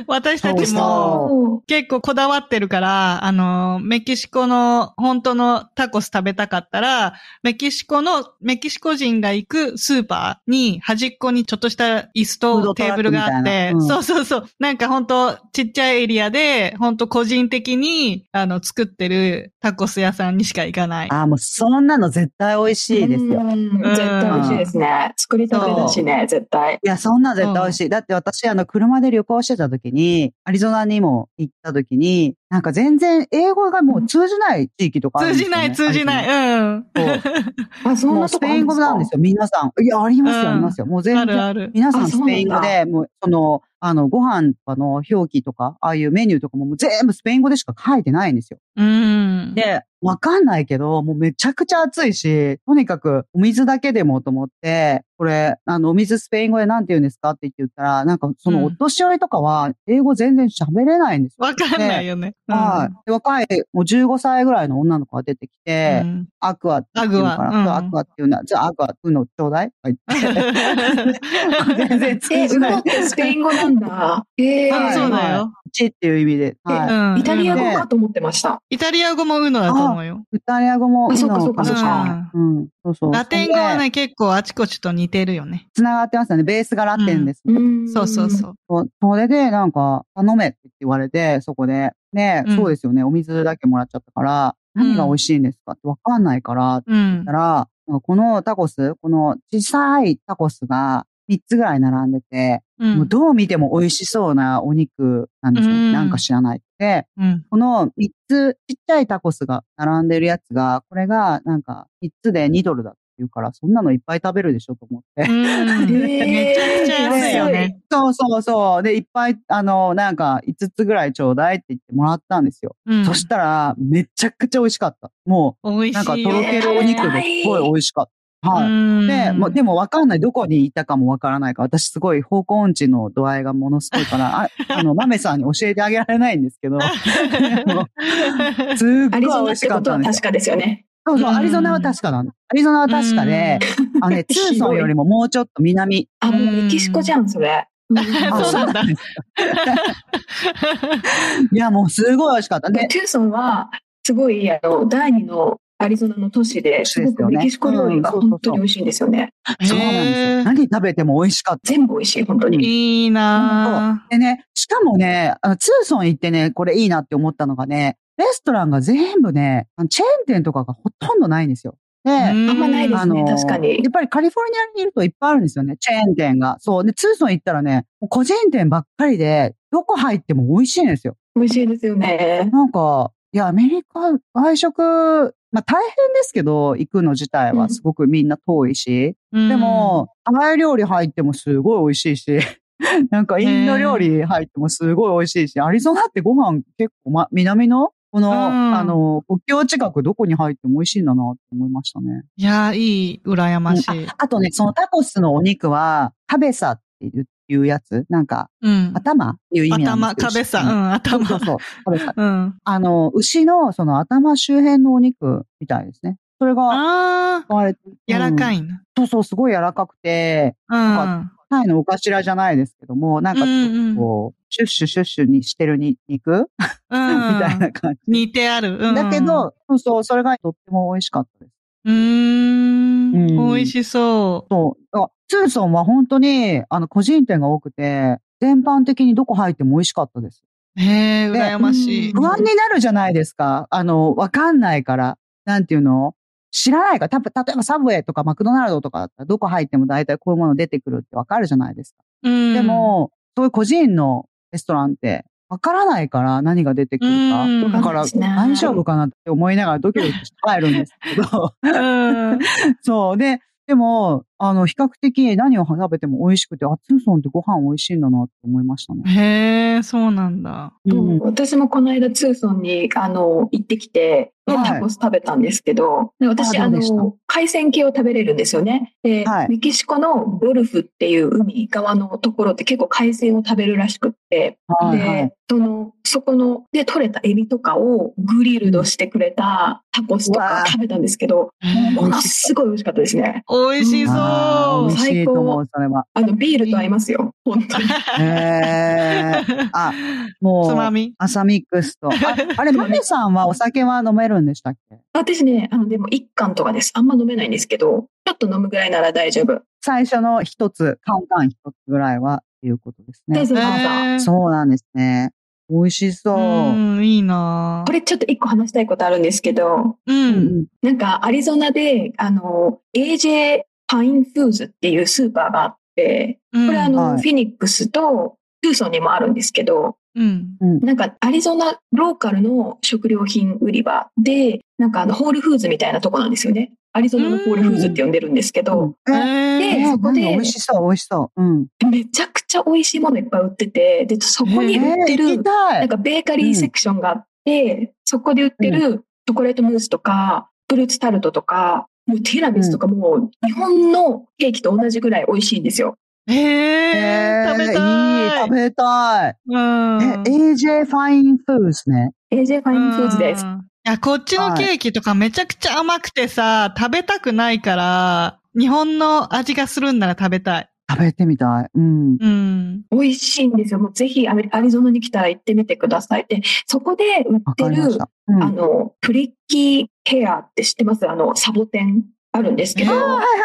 A: 私た
B: 美味
A: ち
B: し
A: も
B: そ。
C: そ
A: 結構こだわってるから、あの、メキシコの本当のタコス食べたかったら、メキシコの、メキシコ人が行くスーパーに端っこにちょっとした椅子
B: フー
A: と
B: ドト
A: テ
B: ラ
A: ー
B: ッ
A: ブ
B: ク
A: ルがあっ
B: みた
A: て
B: い、なうん
A: そうそうそう。なんか本当ちっちゃいエリアで、本当個人的に、あの、作ってるタコス屋さんにしか行かない。
B: ああ、もうそんなの絶対美味
C: う。
B: しいですよ。い
C: うん絶対美味しいですね。作りたてだしね、絶対。
B: や、そんなの絶対美味しい。だって私、あの、車で旅行してた時に、アリゾナにも行った時に、なんか全然英語がもう通じない地域とかある
A: 通
B: んです
A: じ
B: よ、ね
A: ない、。通じない。うん。
B: い。
C: あ、そん
B: もう
C: なと
B: ス
C: こ
B: ペ
C: あ
B: イ
C: る
B: ン語なんですよ、皆さん。いや、あります
A: うん
B: よ、ありますよ。もう全
A: ある
B: 然。
A: ある。
B: 皆さ
C: あ
B: ん
C: そ
B: ス
C: うなんだ
B: ペイン語で、もう、その、あの、ご飯とかの表記とか、ああいうメニューとかももう全部スペイン語でしか書いてないんですよ。
A: うん。
B: で、わかんないけど、もうめちゃくちゃ暑いし、とにかくお水だけでもと思って、これ、あの、お水スペイン語でなんて言うんですかって言ったら、なんかそのお年寄りとかは、英語全然喋れないんですよ。
A: わかんないよね。うん
B: はい。で若い、もう15歳ぐらいの女の子が出てきて、
A: うん
B: アクアって言うのかな、
A: アグアうん
B: アクアっていうのは、じゃあアクア、うのちょうだいとか言って。 全然
C: え、
B: 通
C: ウ
B: じな
C: ノ
B: い
C: っ。てスペイン語なんだ。え
A: あ
C: ー、
A: そうだよ。
B: チっていう意味で。は
A: うん
C: イタリア語かと思ってました。
A: イタリア語もウノだと思うよ。
B: い。イタリア語も
C: あ
B: いい
C: そうか
B: のか
C: そうかそう
A: か
B: な。うん。そうそう。
A: ラテン語は
B: それで。
A: ね、結構あちこちと似てるよね。
B: つながってますよね。ベースがラテンです。
C: うん
A: そうそうそう。
B: そうそれで、なんか、頼めって言われて、そこで。ね、
A: うん
B: そうですよね。お水だけもらっちゃったから、
A: うん
B: 何が美味しいんですかってわかんないから、
A: うん
B: た。ら、このタコス、この小さいタコスが3つぐらい並んでて、
A: うん
B: もうどう見ても美味しそうなお肉なんですよ。
A: うん
B: なんか知らない。で、
A: うん。
B: この3つ、ちっちゃいタコスが並んでるやつが、これがなんか3つで2ドルだって言うから、そんなのいっぱい食べるでしょと思って。
A: うんめちゃくちゃ安いよね。
B: そうそうそう。で、いっぱい、あの、なんか5つぐらいちょうだいって言ってもらったんですよ。
A: うん
B: そしたら、めちゃくちゃ美味しかった。も
A: 美味
B: う、なんか
A: しい
B: と
A: よ。
B: ろけるお肉ですごい美味しかった。はい。
A: い
B: で、もうでもわかんない。どこにいたかもわからないから、私すごい方向音痴の度合いがものすごいから、ああの、豆さんに教えてあげられないんです けど、もすっごい美
C: アリゾナっ
B: 味してか
C: こ
B: っ
C: と
B: た
C: は
B: んです
C: 確
B: よ。
C: かですよね。
B: そうそう、
A: うん
B: アリゾナは確かなの。アリゾナは確かで、あの ね、ツーソンよりももうちょっと南。
C: あ、もうメキシコじゃん、それ。うん
A: あそうなんだ。
B: いや、もうすごい美味しかった。
C: で
B: で、
C: トゥーソンは、すごい、あの、第二のアリゾナの都市で、すごくメキシコ料理が本当に美味しいんですよね。
B: そうなんですよ。何食べても美味しかった。
C: 全部美味しい、本当に。
A: いいな
B: でね、しかもね、あの、ツーソン行ってね、これいいなって思ったのがね、レストランが全部ね、あのチェーン店とかがほとんどないんですよ。で、
A: あ
C: あんまないですね、
B: ー
C: 確かに
B: や。っぱりカリフォルニアにいるといっぱいあるんですよね。チェーン店が。そう。で、ツーソン行ったらね、個人店ばっかりで、どこ入っても美味しいんですよ。
C: 美味しいですよね。
B: なんか、いや、アメリカ、外食、まあ大変ですけど、行くの自体
C: う
B: は
C: ん
B: すごくみんな遠いし。
A: で
B: で、も、ハワイ料理入ってもすごい美味しいし、 なんかインド料理入ってもすごい美味しいし、アリゾナってご飯結構、ま、南のこの、
A: うん
B: あの、国境近くどこに入っても美味しいんだなって思いましたね。
A: いやー、いい、羨ましい。
B: あとね、そのタコスのお肉は、カベサっていういうやつなんか、
A: うん。
B: 頭っていう意味なんです
A: 頭、
B: けど
A: 壁さ、う
B: うん
A: ん、
B: そ
A: 頭
B: う。そう、カベサ。
A: うん。
B: あの、牛のその頭周辺のお肉みたいですね。それが、
A: あ
B: 使われて
A: ー、柔らか
B: うん
A: いな。
B: そうそう、すごい柔らかくて、
A: うん。
B: タイのお頭じゃないですけども、なんかちょっとこう、シュッシュシュッシュにしてるに肉
A: う
B: み
A: ん。
B: たいな感じ。
A: 似てある。うん、
B: だけ、ど、そうそう、それがとっても美味しかったです。
A: うーん。
B: うん
A: 美味しそう。
B: そう。だからツーソンは本当に、あの、個人店が多くて、全般的にどこ入っても美味しかったです。
A: へえ、
B: で
A: 羨ましい。
C: うん
B: 不安になるじゃないですか。あの、わかんないから。なんていうの知らないから。たぶ例えばサブウェイとかマクドナルドとかだったら、どこ入っても大体こういうもの出てくるってわかるじゃないですか。
A: うん
B: で、も、そういう個人のレストランって、わからないから何が出てくるか。
A: うん
B: だから、
C: わかんないしな
B: 大丈夫かなって思いながらドキドキして帰るんですけ ど。
A: うん。
B: そう。で、でも、あの、比較的何を食べても美味しくて、あ、ツーソンってご飯美味しいんだなって思いましたね。
A: へえ、そうなんだ。
B: うん
C: 私もこの間、ツーソンに、あの、行ってきて、で
B: はい
C: タコス食べたんですけど、で私、
B: あ
C: あ
B: どうでした
C: の、海鮮系を食べれるんですよね。で、
B: はい
C: メキシコのゴルフっていう海側のところって結構海鮮を食べるらしくって、
B: はいはい
C: で、その、そこの、で、取れたエビとかをグリルドしてくれたタコスと
B: うわ
C: か
B: ー
C: 食べたんですけど、ものすごい美味しかったですね。
A: 美味しそ
B: あー
A: う
B: 美。味しいと思う、それは。
C: あの、ビールと合いますよ。本当に。
B: へーあ、も
A: つま
B: う、
A: み。
B: 朝ミックスと。ああれ、マネさんはお酒は飲めるんでしたっけ
C: 私ね、あの、でも一貫とかです。あんま飲めないんですけど、ちょっと飲むぐらいなら大丈夫。
B: 最初の一つ、カンカン一つぐらいは、っていうことです
C: 大
B: ね。
C: 丈夫かな
A: へー
B: そうなんですね。美味しそう。
A: うん、いいな
C: これちょっと一個話したいことあるんですけど、
A: う
B: うん
A: ん。
B: うん
C: なんかアリゾナで、あの、AJ パインフーズっていうスーパーがあって、
A: うん
C: これあの、
B: はい
C: フィニックスとトゥーソンにもあるんですけど、
A: うん。
C: なんかアリゾナローカルの食料品売り場で、なんかあの、ホールフーズみたいなとこなんですよね。アリゾナのホールフーズって呼んでるんですけど、
B: え
A: へー
C: で
B: え
C: そ
B: な
C: こ
B: んだ美味しそう、美味しそう。うん。
C: めちゃくちゃ美味しいものいっぱい売ってて、で、そこ
A: え
C: に売ってる、
B: 行きた
C: なん
B: い。
C: かベーカリーセクションがあって、そこで売ってるチョコレートムースとか、フルーツタルトとか、もうティラミスとかもう日本のケーキと同じぐらい美味しいんですよ。
A: へー食べ
B: いい、
A: たい。
B: 食べたい。
A: うん。
B: え、AJ ファインフードですね。
C: AJ ファインフーズです
A: う。ん。いや、こっちのケーキとかめちゃくちゃ甘くてさ、食べたくないから、日本の味がするんなら食べたい。
B: 食べてみたい。うん。
A: うん。
C: 美味しいんですよ。もうぜひアメリアリゾナに来たら行ってみてください。で、そこで売
B: わ
C: って
B: かりま
C: る
B: し、た。うん。
C: あ
B: はい
C: の、プリッキーヘアって知ってますあの、サボテンあるんですけど、
B: はい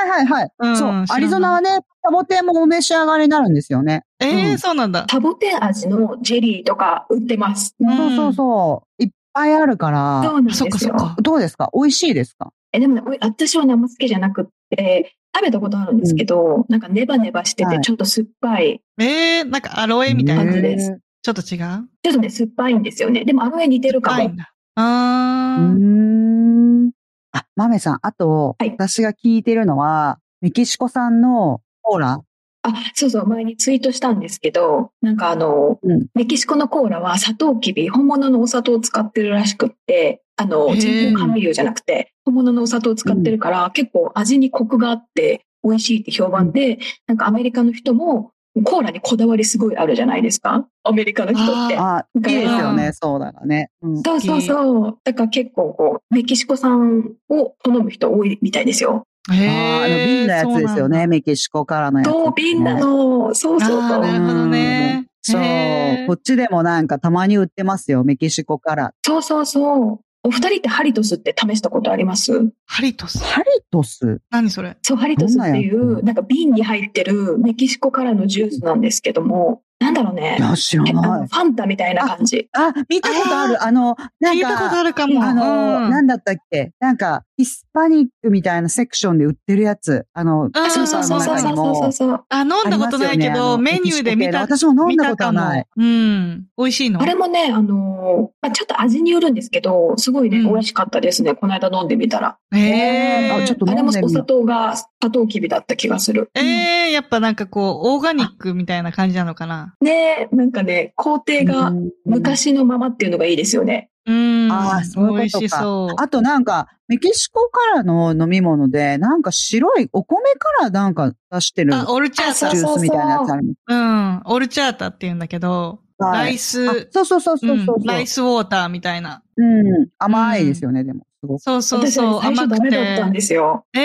B: はいはい。
A: うん
B: そ
A: 知
B: う
A: らな。い
B: アリゾナはね、サボテンもお召し上がりになるんですよね。
A: ええ
B: うん
A: そうなんだ。
C: サボテン味のジェリーとか売ってます。
A: うん
B: そうそうそう。いっぱいあるから。
C: そうなんです
A: そっ
C: よ。
A: かそっか。
B: どうですか美味しいですか
C: え、でもね、おい私はねあんま好きじゃなくって、食べたことあるんですけど、なんかネバネバして
B: は
C: て、
B: い
C: ちょっと酸っぱい、
A: ええなんかアロエみたいな
C: 感
A: 感
C: じ
A: じ
C: で
A: で。
C: す
B: へー。
A: ちょっと違う
C: ちょっとね、酸っぱいんですよね。でも、あの絵似てるか
A: 深い
C: も
A: ん。だ。
B: う
A: あ
B: ー
A: ー。
B: ん。あ、マメさん、あと、
C: はい
B: 私が聞いてるのは、メキシコ産のコーラ。
C: あ、そうそう、前にツイートしたんですけど、なんかあの、
B: うん
C: メキシコのコーラはサトウキビ、本物のお砂糖を使ってるらしくって、あ
A: へ
C: の、
A: ー
C: 人工甘味料じゃなくて、本物のお砂糖を使ってるから、結構味にコクがあって、美味しいって評判で、なんかアメリカの人も、コーラにこだわりすごいあるじゃないですかアメリカの人って。
B: あ、いいですよ
A: う
B: ね。そうだからね。うん。
C: そうそうそう。だから結構こう、メキシコ産を好む人多いみたいですよ。
A: へ
B: あーあの
A: え。
B: 瓶のやつですよね。メキシコからのやつ。
C: ドービンなの。そ
A: そ
C: う
A: う
C: そ
A: な
C: うん
A: だ。あ
C: そ
A: ーな。る
C: う
A: ほどね。
B: そう
A: へー。
B: こっちでもなんかたまに売ってますよ。メキシコから。
C: そうそうそう。お二人ってハリトスって試したことあります
A: ハリトス。
B: ハリトス。
A: 何それ
C: そう、ハリトスってい
B: どんなや
C: う、
B: つ
C: なんか瓶に入ってるメキシコからのジュースなんですけども、なんだろうね
B: い。や、知ら
C: えあ
B: な
C: の
B: い。
C: ファンタみたいな感じ。
B: あ、見たことある。あの、な
A: 聞
B: ん
A: いたことあ
B: か、
A: るかも。
B: あの、
A: うん
B: なんだったっけなんか、ヒスパニックみたいなセクションで売ってるやつ。あの、
A: あー
C: そうそうそうそうそうそうそう。
A: あ、飲んだことないけど、メニューで見た、
B: 私も飲ん
A: 見
B: だ
A: た
B: こと
A: か
B: は
A: も
B: ない。。
A: うん。美味しいの
C: あれもね、あのーまあ、ちょっと味によるんですけど、すごいね、
A: うん
C: 美味しかったですね。この間飲んでみたら。
A: えー、
B: あちょっと
C: あ
B: 飲
C: れ
B: ん
C: も
B: で
C: お
B: み
C: 砂
B: よ
C: 糖が砂糖きびだった気がする。
A: えー、やっぱなんかこう、オーガニックみたいな感じなのかな。
C: ねえ、なんかね、工程
B: う
C: が
B: うん
C: 昔のままっていうのがいいですよね。
A: うん。
B: あーそういうことか
A: 美味しそう。
B: あとなんか、メキシコからの飲み物で、なんか白いお米からなんか出してる
A: あ、オルチャー
C: あ
B: ジ
C: そう
B: ュースみたいなやつあります。
A: タ。うん。オルチャータって言うんだけど、
B: は
A: ラ
B: い
A: イス、
B: あそうそうそうそうそう
A: ん
B: う。
A: ライスウォーターみたいな。
B: うん。甘いですよね、でも。すごく。
A: そうそうそう、
C: 私ね、最
A: 甘
C: 初ダ
A: く
C: メだったん
A: て。
C: ですよ。
A: え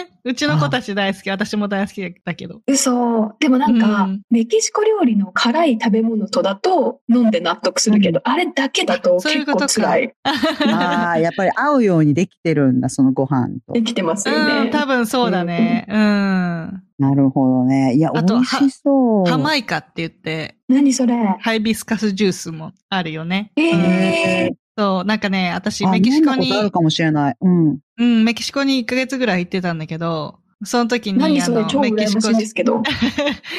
A: ー、うちの子たち大好き。私も大好きだけど。
C: 嘘。でもなんか、
A: うん
C: メキシコ料理の辛い食べ物とだと飲んで納得するけど、あれだけだと
A: そういうこ
C: 結
A: と
C: 構
A: か
C: 辛 い。
B: ああ、やっぱり合うようにできてるんだ、そのご飯と
C: で。きてますよ
A: うん、
C: ね。
A: 多分そうだね。うん。
B: なるほどね。いや、美
A: あと
B: 味しそう。
A: ハマイカって言って、
C: 何それ
A: ハイビスカスジュースもあるよね。
C: え
A: うん
C: えー
A: そう、なんかね、私、
B: あ
A: メキシコ
B: 飲んだことある
A: に、
B: かもしれない。うん。
A: うん、メキシコに1ヶ月ぐらい行ってたんだけど、その時に、
C: 何
A: あ
C: それ
A: の、
C: 超
A: メ
C: 羨
A: キシ
C: まし
A: コ
C: いんです けど。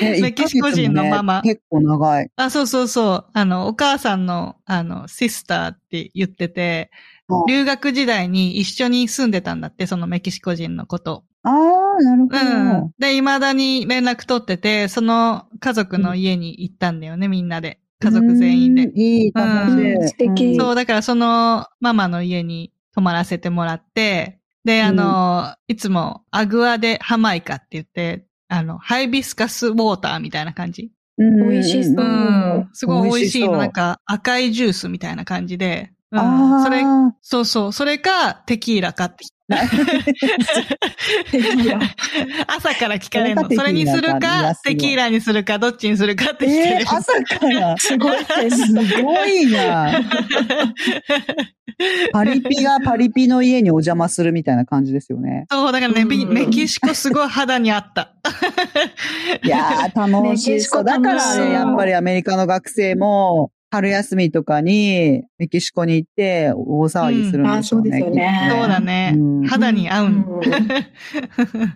B: ね
A: メキシコ人のママ
B: 一ヶ月もね結構長い。
A: あ、そうそうそう。あの、お母さんの、あの、シスターって言ってて
B: うん、
A: 留学時代に一緒に住んでたんだって、そのメキシコ人のこと。
B: ああ、なるほ
A: う
B: ど。
A: ん。で、未だに連絡取ってて、その家族の家に行ったんだよね、みんなで。家族全員
B: う
A: で。
B: ん。いい、楽しい。
C: うん素敵
B: うん
A: そう、だからそのママの家に泊まらせてもらって、で、あの、いつもアグアでハマイカって言って、あの、ハイビスカスウォーターみたいな感じ。。
B: うん
C: 美味しそううん
A: すごい美味しい
B: 美味しそ
A: の。
B: う
A: なんか赤いジュースみたいな感じで。うん
B: ああ。
A: それ、そうそう。それか、テキーラかって。
C: テキーラ
A: 朝から聞かれるの。
B: それかテキーラ
A: そ
B: か
A: れにする
B: いや
A: か
B: す、ごい
A: テキーラにするか、どっちにするかって聞か
B: え
A: れ
B: ー
A: る。
B: 朝から。
C: すごいです。
B: すごい な。パリピがパリピの家にお邪魔するみたいな感じですよね。
A: そう、だ からね、ビ
C: うん
A: メキシコすごい肌にあった。
B: いやー、楽しそう。
C: メキ
B: だか
C: シコ楽し
B: ら
C: そう
B: ね、やっぱりアメリカの学生も、春休みとかにメキシコに行って大騒ぎするんでしょうね。
C: うんあーそうですよね
B: きっと
A: そうだね
B: うん。
A: 肌に合
C: う
A: うん。
C: ん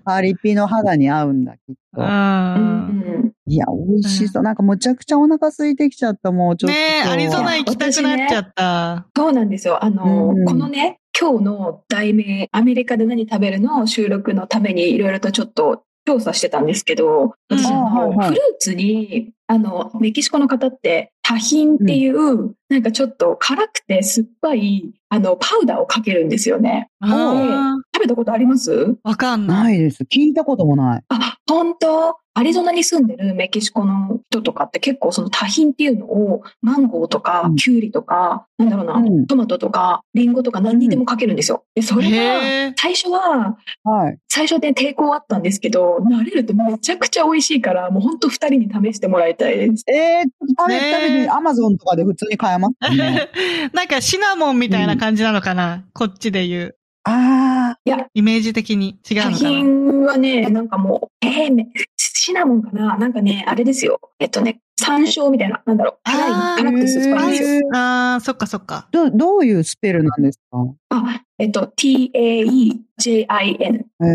B: パリピの肌に合うんだ、きっ
A: う
B: と。
A: ん。
B: いや、美味しそう。なんかむちゃくちゃお腹空いてきちゃった、もうちょっと。
A: ねえ、アリゾナ行きたくなっちゃった。
C: そうなんですよ。あの、
B: うん
C: このね、今日の題名、アメリカで何食べるの収録のためにいろいろとちょっと調査してたんですけど、
A: うん
C: 私、あ
B: あはい
C: の
B: はい
C: フルーツに、あの、メキシコの方って、タヒンっていう、なんかちょっと辛くて酸っぱい、あの、パウダーをかけるんですよね。
A: あー
C: 食べたことあります
A: わかんない。
B: ないです。聞いたこともない。
C: あ、本当アリゾナに住んでるメキシコの人とかって結構その多品っていうのをマンゴーとか
B: うん
C: キュウリとか、なんだろうな、
B: うん
C: トマトとかリンゴとか何にでもかけるんですよ。で、それが
A: へえ。
C: 最初は、
B: はい。
C: 最初で抵抗あったんですけど、慣れるとめちゃくちゃ美味しいから、もう本当二人に試してもらいたいです。
B: えー、ちょっと食べ、
A: ねえ
B: 食べて、アマゾンとかで普通に買えます ね。
A: なんかシナモンみたいな感じなのかな、こっちで言う。
B: ああ、
A: イメージ的に違う
C: 多
A: のかな。
C: 品はね、なんかもう、えーめシナモンかななんかね、あれですよ。えっとね、山椒みたいな、なんだろう。辛い、
A: あー
C: 辛くて酸っぱいんですよ。
A: ああー、そっかそっか。
B: ど、どういうスペルなんですか
C: あ、えっと、T-A-E-J-I-N。
B: え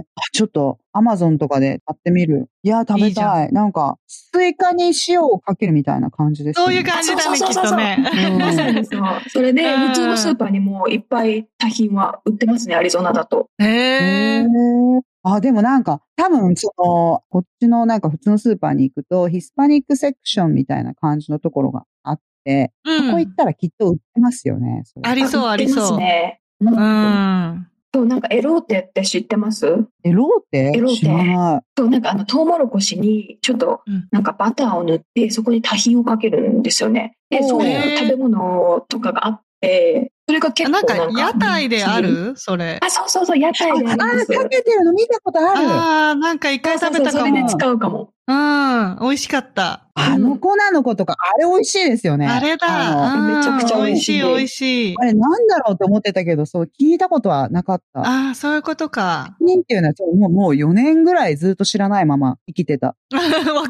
B: えちょっと、アマゾンとかで買ってみる。いや、食
A: い
B: べ
A: いじゃ
B: たい。なんか、スイカに塩をかけるみたいな感じです、ね。
A: そういう感じだね、き
C: そう
A: っ
C: そうそうそう
A: とね。
C: まさ
B: うん
C: にそう。それで、
A: うん
C: 普通のスーパーにもいっぱい多品は売ってますね、アリゾナだと。
A: へ
B: へ
A: え。
B: ーあ、でもなんか、多分、その、こっちのなんか普通のスーパーに行くと、ヒスパニックセクションみたいな感じのところがあって、
A: う
B: そこ行っ
A: ん。
B: たらきっと売ってますよね。それ
A: ありそう、あり
C: 売って
A: そ
C: ます
A: う。
C: ね。
A: う
C: うん
A: ん。
C: そう、なんかエローテって知ってます
B: エローテ
C: エローテ
B: 知らない。
C: そう、なんかあの、トウモロコシに、ちょっと
A: うん、
C: なんかバターを塗って、そこに多品をかけるんですよね。で、
B: おー
C: そういう食べ物とかがあって、それが結
A: な
C: 構なんんか。
A: か、屋台であ
C: うん
A: るそれ。
C: あ、そうそうそう、屋台で
B: あ、
C: あります。
B: かけてるの見たことある。
A: ああ、なんか一回食べた
C: そうそうそ
A: か
C: れで
A: も。
C: 使うかも。
A: うん、美味しかった。
B: あの粉の子とか、あれ美味しいですよね。
A: あれだ。
B: あの
A: う
C: の
A: ん
C: めちゃくちゃ美味しい
A: 美味しい、美味しい。
B: あれなんだろうと思ってたけど、そう、聞いたことはなかった。
A: ああ、そういうことか。
B: 人っていうのはそう、もう、もう4年ぐらいずっと知らないまま生きてた。
A: わ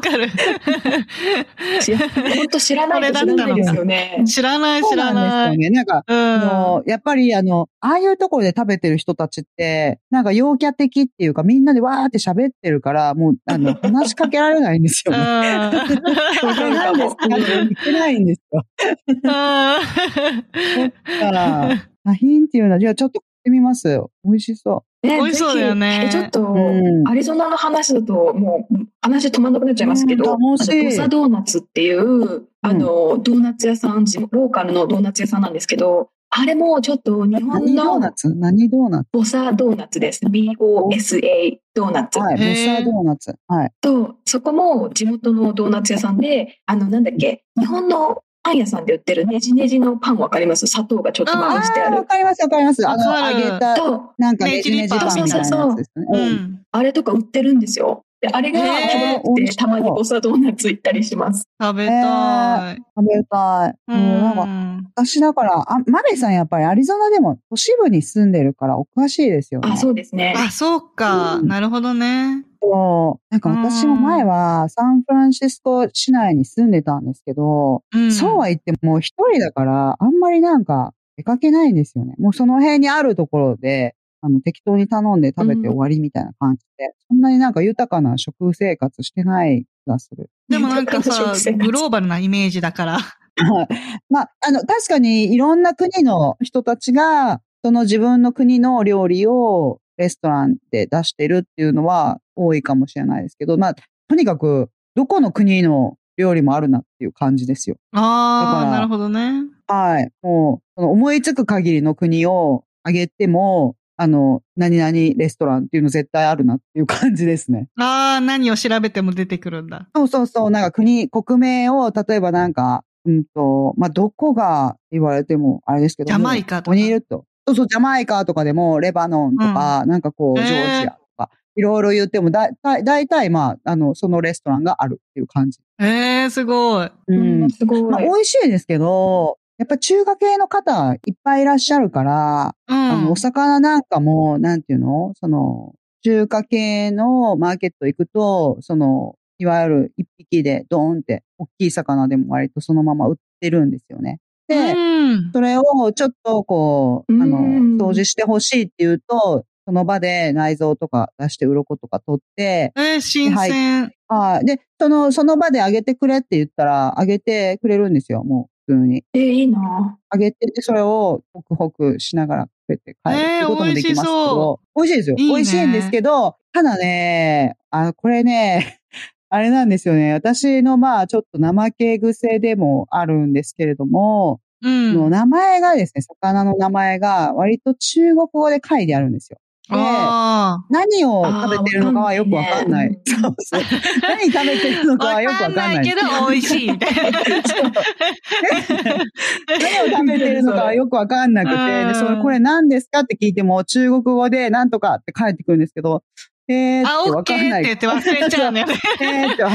A: かる。
C: 本当知らないと知らないですよね。
A: 知らない、
B: そう
A: 知ら
B: なんです
A: な
B: よ
A: い。
B: ね。なんか、
A: う
B: あ
A: ん。
B: の、やっぱりあの、ああいうところで食べてる人たちって、なんか陽キャ的っていうか、みんなでわーって喋ってるから、もう、あの、話しかけられないんですよね。
C: わかる
A: う
C: かも。
B: いけないんですよ。
A: ん。
B: だから、アヒンっていうのは、じゃあちょっと食ってみます。美味しそ
C: ね
A: 美味しそうだよね
C: ぜひえちょっと、
B: うん
C: アリゾナの話だと、もう、話止まんなくなっちゃいますけど、
B: うん楽しい
C: あのボサドーナツっていう、あの、ドーナツ屋さん、地ローカルのドーナツ屋さんなんですけど、あれもちょっと日
B: う。
C: 本
B: 何ドーナ
C: の
B: ツ何ドーナツ
C: ボサドーナツです。BOSA ドーナツ。
B: はい、
A: へー
B: ボサドーナツ。はい。
C: と、そこも地元のドーナツ屋さんで、あの、なんだっけ、日本のパン屋さんで売ってるねじねじのパンわかります砂糖がちょっとまぶして
B: あ
C: あ
B: ーわ
C: る。
B: かりますわかります。あ
A: わか
B: の、揚
A: る
B: げた、
C: と、
B: なんかねじねじパンみたいなやつですね。うん
C: あれとか売ってるんですよ。で、あれが
A: へー
C: 気になっ
B: 美味
C: て、
B: しそう
C: たまにボサドーナツ行ったりします。
A: 食べたい。
B: 食べたい。もうなんか、
A: ん。
B: 私だから、あ、マレさんやっぱりアリゾナでも都市部に住んでるからおかしいですよね。
C: あ、そうですね。
A: あ、そうか。なるほどね。
B: そう。なんか私も前はサンフランシスコ市内に住んでたんですけど、
A: うん。
B: そうは言っても一人だから、あんまりなんか出かけないんですよね。もうその辺にあるところで、あの、適当に頼んで食べて終わりみたいな感じで、そんなになんか豊かな食生活してない気がする。
A: でもなんかさ
C: 食生、活
A: グローバルなイメージだから。
B: まあ、あの、確かにいろんな国の人たちが、その自分の国の料理をレストランで出してるっていうのは多いかもしれないですけど、まあ、とにかく、どこの国の料理もあるなっていう感じですよ。
A: あ
B: だか
A: あ、
B: ら
A: なるほどね。
B: はい。もう、その思いつく限りの国を挙げても、あの、何々レストランっていうの絶対あるなっていう感じですね。
A: ああ、何を調べても出てくるんだ。
B: そうそうそう、なんか国、国名を、例えばなんか、うんと、まあ、どこが言われても、あれですけど、
A: ジャマイカとか
B: ここにいると。そうそう、ジャマイカとかでも、レバノンとか、なんかこう、
A: へ
B: ジョ
A: ー
B: ージアとか、いろいろ言っても、だ、だ、だいたい、まあ、あの、そのレストランがあるっていう感じ。
A: ええー、すごい。
B: う
C: うん、すごい。
B: まあ、美味しいですけど、やっぱ中華系の方いっぱいいらっしゃるから、
A: う
B: あの、
A: ん
B: お。魚なんかも、なんていうのその、中華系のマーケット行くと、その、いわゆる一匹でドーンって、大きい魚でも割とそのまま売ってるんですよね。で、
A: うん。
B: それをちょっとこう、あの
C: うん、
B: 掃除してほしいっていうと、その場で内臓とか出して鱗とか取って、
A: えー、新鮮。
B: あーで、その、その場であげてくれって言ったら、あげてくれるんですよ、もう、普通に。
C: えーいいな
B: あげて、でそれをホクホクしながら食べて帰るっ
A: えー
B: てこともできますけど、美味しいですよ
A: いいね
B: 美味しいんですけど、ただね、あこれね、 あれなんですよね。私のまあちょっと怠け癖でもあるんですけれども、
A: う。
B: もうん名前がですね、魚の名前が割と中国語で書いてあるんですよ。で
A: あ
B: 何を食べてるのかはよくわかんない。
C: あー
B: そうそう。何食べてるの
A: あ。
B: かはよ
A: わ
B: くわ
A: か
B: か
A: ん
B: ん
A: な
B: ないい。
A: けど、美味し いみたいな。
B: 何を食べてるのかはよくわかんなくて、
A: うん
B: でそれこれ何ですかって聞いても、中国語で何とかって返ってくるんですけど、えー
A: あ、
B: って
A: オッ
B: わ
A: ケ
B: かん
A: ー
B: な
A: っ
B: い。
A: て言って忘れち ゃうのよね。
B: えーってわ、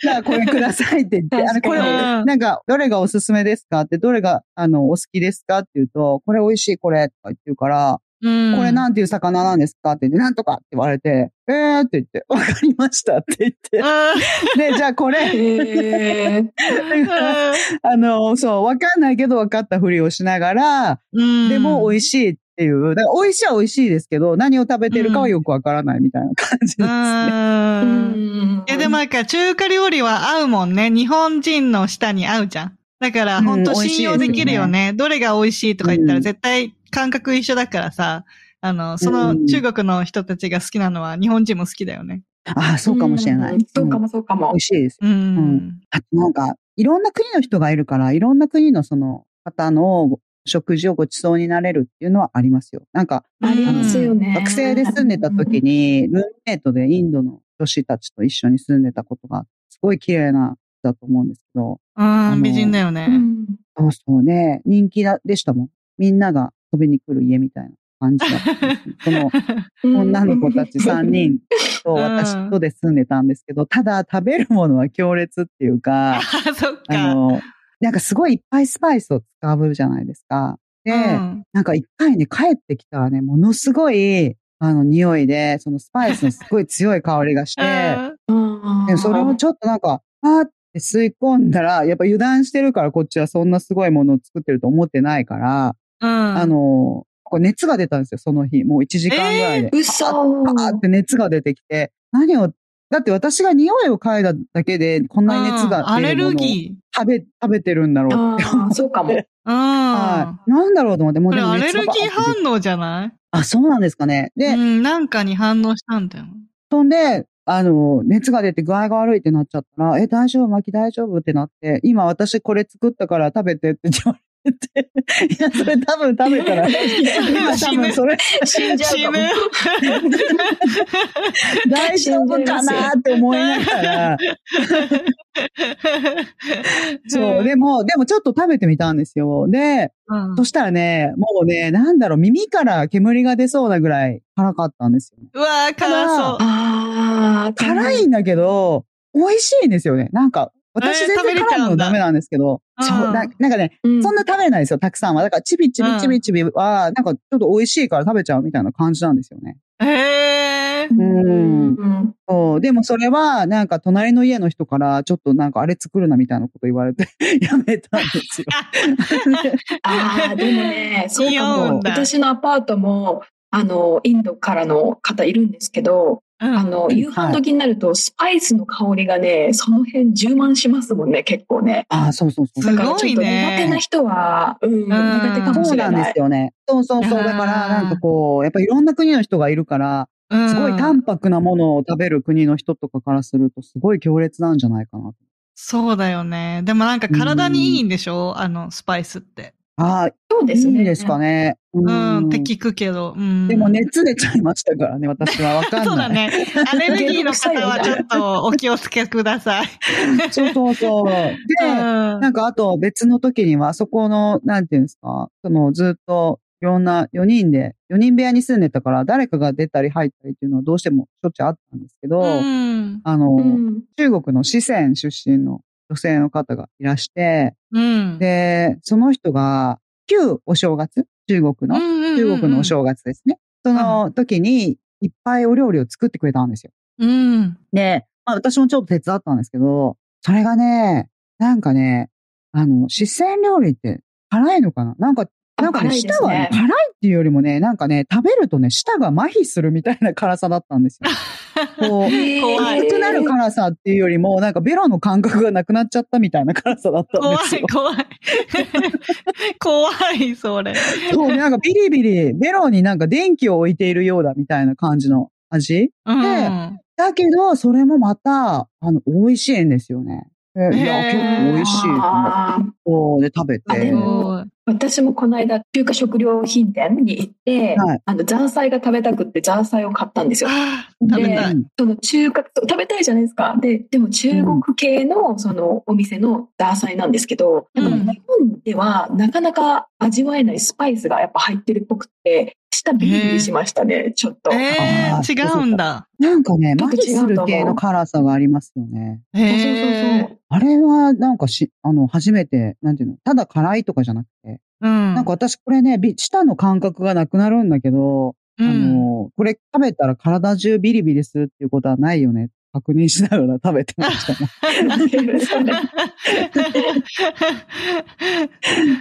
B: じゃあこれくださいって言って、あの、
C: 確か
B: こ
C: に
B: れを、なんか、どれがおすすめですかって、どれが、あの、お好きですかって言うと、これ美味しい、これ、とか言ってるから、
A: うん。
B: これなんていう魚なんですかって言って、なんとかって言われて、えーって言って、わかりましたって言って、で、じゃあこ
C: あ。
B: れ、
C: えー
B: あの、そう、わかんないけど分かったふりをしながら、
A: うん。
B: でも美味しいっていう。だから美味しいは美味しいですけど、何を食べてるかはよくわからないみたいな感じで
A: う。
B: すね。
C: うんん
A: いやでもなんか中華料理は合うもんね。日本人の舌に合うじゃん。だから本
B: う
A: 当
B: ん
A: 信用できるよね。どれが美味しいとか言った
B: う
A: ら
B: ん
A: 絶対感覚一緒だからさ。あの、その
B: うん
A: 中国の人たちが好きなのは日本人も好きだよね。
B: ああ、そうかもしれない。
C: うんそうか
B: うん
C: も、そうかも
B: 美味。しいです。
A: うん。
B: うんあとなんか、いろんな国の人がいるから、いろんな国のその方の食事をご馳走になれるっていうのはありますよ。なんか、
C: ありますよね。
B: 学生で住んでた時に、ルームメイトでインドの女子たちと一緒に住んでたことが、すごい綺麗な人だと思うんですけど、
A: うん。
B: の
A: 美人だよ
C: う
A: ね。
C: ん。
B: そうそうね、人気だでしたもん。みんなが飛びに来る家みたいな。感じだったんですね。そ の女の子たち3人 と
A: うん
B: 私とで住んでたんですけど、ただ食べるものは強烈っていう か
A: あ、そっ
B: あ
A: か。
B: の、なんかすごいいっぱいスパイスを使うじゃないですか。で、
A: うん
B: なんか一回ね、帰ってきたらね、ものすごい、あの、匂いで、そのスパイスのすごい強い香りがして、
C: うん
B: でそれをちょっとなんか、あーって吸い込んだら、やっぱ油断してるからこっちはそんなすごいものを作ってると思ってないから、
A: うん。
B: あの、こう熱が出たんですよ、その日。もう1時間ぐらいで。
C: 嘘
B: パーって熱が出てきて、何を、だって私が匂いを嗅いだだけで、こんなに熱
A: うん
B: が
A: ア
B: 出
A: レ
B: るも
A: ル
B: のを
A: ギ
B: 食べ、食べてるんだろうって
C: あーそうかも。
A: ー。う
B: は
A: ん。
B: い。なんだろうと思って、も
A: こ
B: う
A: れ
B: でも
A: ア
B: 熱
A: レ
B: が
A: ルギ
B: バーって
A: ー
B: 出て
A: 反応じゃない
B: あ、そうなんですかね。で、
A: うん、なんかに反応したんだよ。
B: そんで、あの、熱が出て具合が悪いってなっちゃったら、え、大丈夫巻き大丈夫ってなって、今私これ作ったから食べてって言われて、いや、それ多分食べたら、今 多
A: 死ぬ
B: 分それ
C: 死んじゃうかも。
B: 大丈夫かなって思いながら、そう、でも、でもちょっと食べてみたんですよ。で、
A: うん。
B: そしたらね、もうね、なんだろう、耳から煙が出そうなぐらい辛かったんですよ。
A: うわー、辛そう。
C: ああ、
B: 辛いんだけど、美味しいんですよね。なんか、私
A: えー
B: 全然
A: 食べれちゃ
B: 辛い
A: うん
B: の
A: だ
B: ダメなんですけど、
A: うん
B: そうな、なんかね、
C: うん。
B: そんな食べれないんですよ、たくさんは。だから、ちびちびちびちびは、なんかちょっと美味しいから食べちゃうみたいな感じなんですよね。
A: へえ。
B: うん
C: うん。
B: そうでもそれは、なんか隣の家の人から、ちょっとなんかあれ作るなみたいなこと言われて、 やめたんで すよ。
C: ああ、でも ね、そうか
A: 匂う
C: も
A: ん。だ
C: 私のアパートも、あの、インドからの方いるんですけど、
A: うん
C: あの、夕飯時になると、スパイスの香りがね、その辺充満しますもんね、結構ね。
B: ああ、そうそうそう。
A: す
C: だから
A: ご
C: ちょ
A: い
C: っと
A: ね。
C: 苦手な人は、うん、苦手か
B: そ
C: もし
B: う
C: れ
B: なんで
C: ない
B: す。よね。そうそうそう。だから、なんかこう、やっぱいろんな国の人がいるから、
A: うん
B: すごい淡白なものを食べる国の人とかからすると、すごい強烈なんじゃないかな。
A: そうだよね。でもなんか体にいいんでしょあの、スパイスって。
B: ああ、
C: そうで
B: いい
C: すね。
B: んですかね。う
A: うん、って聞くけど。うん。
B: でも、熱出ちゃいましたからね、私はわかんない。
A: そうだね。アレルギーの方はちょっとお気をつけください。
B: そうそうそう。で、
A: うん
B: なんかあと別の時には、そこの、なんていうんですか、そのずっと、いろんな4人で、4人部屋に住んでたから、誰かが出たり入ったりっていうのはどうしてもしょっちゅうあったんですけど、
A: うん。
B: あの、
C: うん。
B: 中国の四川出身の女性の方がいらして、
A: うん。
B: で、その人が、旧お正月中国の、中
A: 中
B: 国のお正月ですね。その時に、いっぱいお料理を作ってくれたんですよ。
A: うん。
B: で、まあ私もちょっと手伝ったんですけど、それがね、なんかね、あの、四川料理って辛いのかななんか、なんかね、
C: 辛いです
B: 舌がね
C: ね、
B: 辛いっていうよりもね、なんかね、食べるとね、舌が麻痺するみたいな辛さだったんですよ。こう、
A: 怖い
B: なくなる辛さっていうよりも、なんかベロの感覚がなくなっちゃったみたいな辛さだったん
A: 怖
B: です
A: い
B: よ。、
A: 怖い。 怖い、それ。
B: そう、なんかビリビリ、ベロになんか電気を置いているようだみたいな感じの味
A: うん。
B: だけど、それもまた、あの、美味しいんですよね。えい
A: へー
B: や、結構美味しいと思って。
C: あー
B: こうで食べ
C: あで
B: て。
C: も私もこの間、中華食料品店に行って、
B: はい
C: あの、ザーサイが食べたくって、ザーサイを買ったんですよ。
A: あー食べたい。
B: うん
C: その中華、食べたいじゃないですか。で、でも中国系のそのお店のザーサイなんですけど、
A: うん
C: やっぱ日本ではなかなか味わえないスパイスがやっぱ入ってるっぽくて、舌ビリビリしましたね、ちょっと。
A: え
B: あ
A: ー
B: ー
A: 違うんだ。
B: なんかね、
C: ちょ
B: マ
C: っと
B: リ
C: 違う
B: す
C: と思
B: る
C: う
B: 系の辛さがありますよね。
A: へ
C: そうそうそう
A: え。
C: そう。
B: あれは、なんかし、あの、初めて、なんていうの、ただ辛いとかじゃなくて、
A: うん。
B: なんか私これね、び舌の感覚がなくなるんだけど、
A: う
B: あ
A: ん、
B: の、これ食べたら体中ビリビリするっていうことはないよね。確認しながら食べてま したね。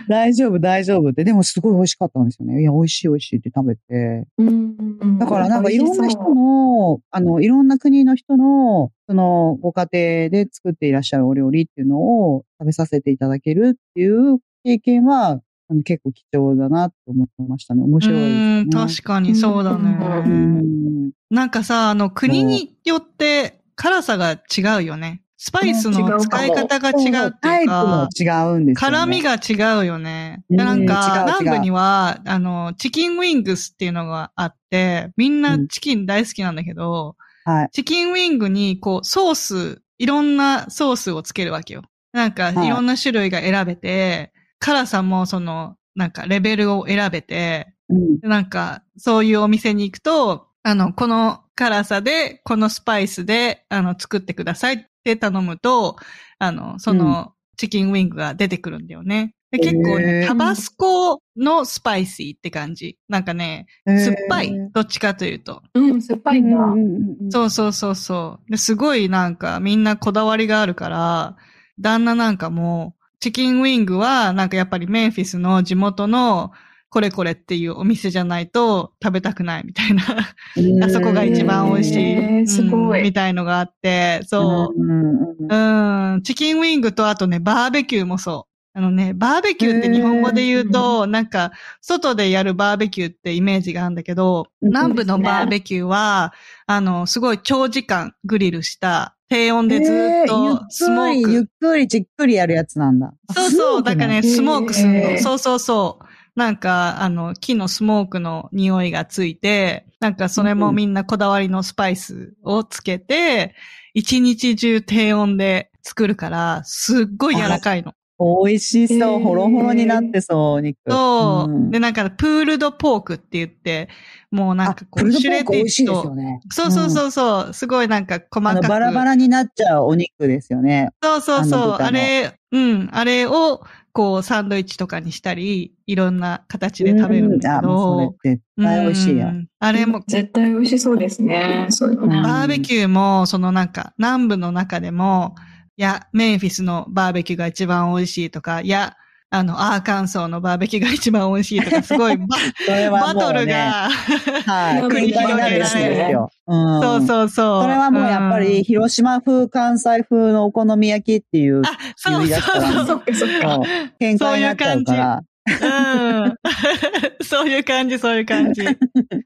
B: 大丈夫、大丈夫って。でもすごい美味しかったんですよね。いや、美味しい、美味しいって食べて。
C: うん
B: だからなんかいろんな人、の、あの、いろんな国の人の、その、ご家庭で作っていらっしゃるお料理っていうのを食べさせていただけるっていう経験は、あの結構貴重だなと思いましたね。面白いですね。
A: うん確かにそうだ
C: に
A: ね。
B: うん
A: なんかさ、あの、国によって辛さが違うよね。スパイスの使い方が違うって
B: タ
A: い
B: イ
A: う
B: プも
A: か、
B: 違うんですよ、ね。
A: 辛みが違うよね。
B: うん
A: でなんか、
B: 違う違う
A: 南部には、あの、チキンウィングスっていうのがあって、みんなチキン大好きなんだけど、
B: はい。
A: チキンウィングに、こう、ソース、いろんなソースをつけるわけよ。なんか、
B: はい
A: いろんな種類が選べて、辛さもその、なんか、レベルを選べて、
B: うん。
A: なんか、そういうお店に行くと、あの、この辛さで、このスパイスで、あの、作ってくださいって頼むと、あの、その、チキンウィングが出てくるんだよね。で結構
B: へ
A: ね、
B: ー
A: タバスコのスパイシーって感じ。なんかね、酸っぱい
B: へー。
A: どっちかというと。
C: うん、酸っぱい
B: うん
C: な
B: う。んうんうん。
A: そうそうそうそう。ですごいなんかみんなこだわりがあるから、旦那なんかも、チキンウィングはなんかやっぱりメンフィスの地元のこれこれっていうお店じゃないと食べたくないみたいな。あ そこが一番美味しい。
C: へー
A: うん
C: すごい
A: みたいのがあって、そう
B: んうんうん
A: う。うん。チキンウィングとあとね、バーベキューもそう。あのね、バーベキューって日本語で言うと、なんか、外でやるバーベキューってイメージがあるんだけど、
B: うん
A: 南部のバーベキューは、あの、すごい長時間グリルした、低温でずっ
B: えーゆっ
A: と
B: くり
A: スモーク。
B: ゆっくりじっくりやるやつなんだ。
A: そうそう、だからね、スモークすん
C: へ
A: の。
C: ー
A: そうそうそう。なんか、あの、木のスモークの匂いがついて、なんかそれもみんなこだわりのスパイスをつけて、一日中低温で作るから、すっごい柔らかいの。
B: 美味しそう、
C: えー
B: ほろほろになってそう、お肉。
A: そう、
B: ん
A: で、なんか、プールドポークって言って、もうなん
B: あ
A: か、こ
B: プル
A: う、
B: ドポ
A: シュ
B: ー
A: レ
B: ク
A: テ
B: 美
A: ィ
B: 味しい
A: ッ
B: です
A: と
B: よ。ね。
A: そうそう
B: うん。
A: そうそう、すごいなんか細
B: あ
A: か
B: の、
A: く。
B: バラバラになっちゃうお肉ですよね。
A: そうそう
B: あの
A: そう。
B: 豚の
A: あれ、うん。あれを、こう、サンドイッチとかにしたり、いろんな形で食べるんだ
B: あ、
A: け
B: も
A: ど
B: う。それ絶対美味しいや
A: う。んあれも、
C: 絶対美味しそうですね。そういうのね。
A: バーベキューも、そのなんか、南部の中でも、いや、メンフィスのバーベキューが一番美味しいとか、いや、あの、アーカンソーのバーベキューが一番美味しいとか、す ごいバ、
B: それはも
A: バ
B: う、ね、
A: トルが、
B: はい、
C: 繰
B: 繰り
C: り広
B: 広げ
C: げら
B: られ
C: れる
B: る
C: ね
B: んですよ。ん
A: そうそうそう。
B: それはもうやっぱり、
A: ん、
B: 広島風、関西風のお好み焼きっていう、
A: あ、そ
B: 言
A: う
B: い出
A: そう
B: したら
A: そ
C: あ
A: う
C: そ。っかそっか。
B: 喧嘩になっちゃうから。
A: う んそういう感じ、そういう感じ。うん。い
B: い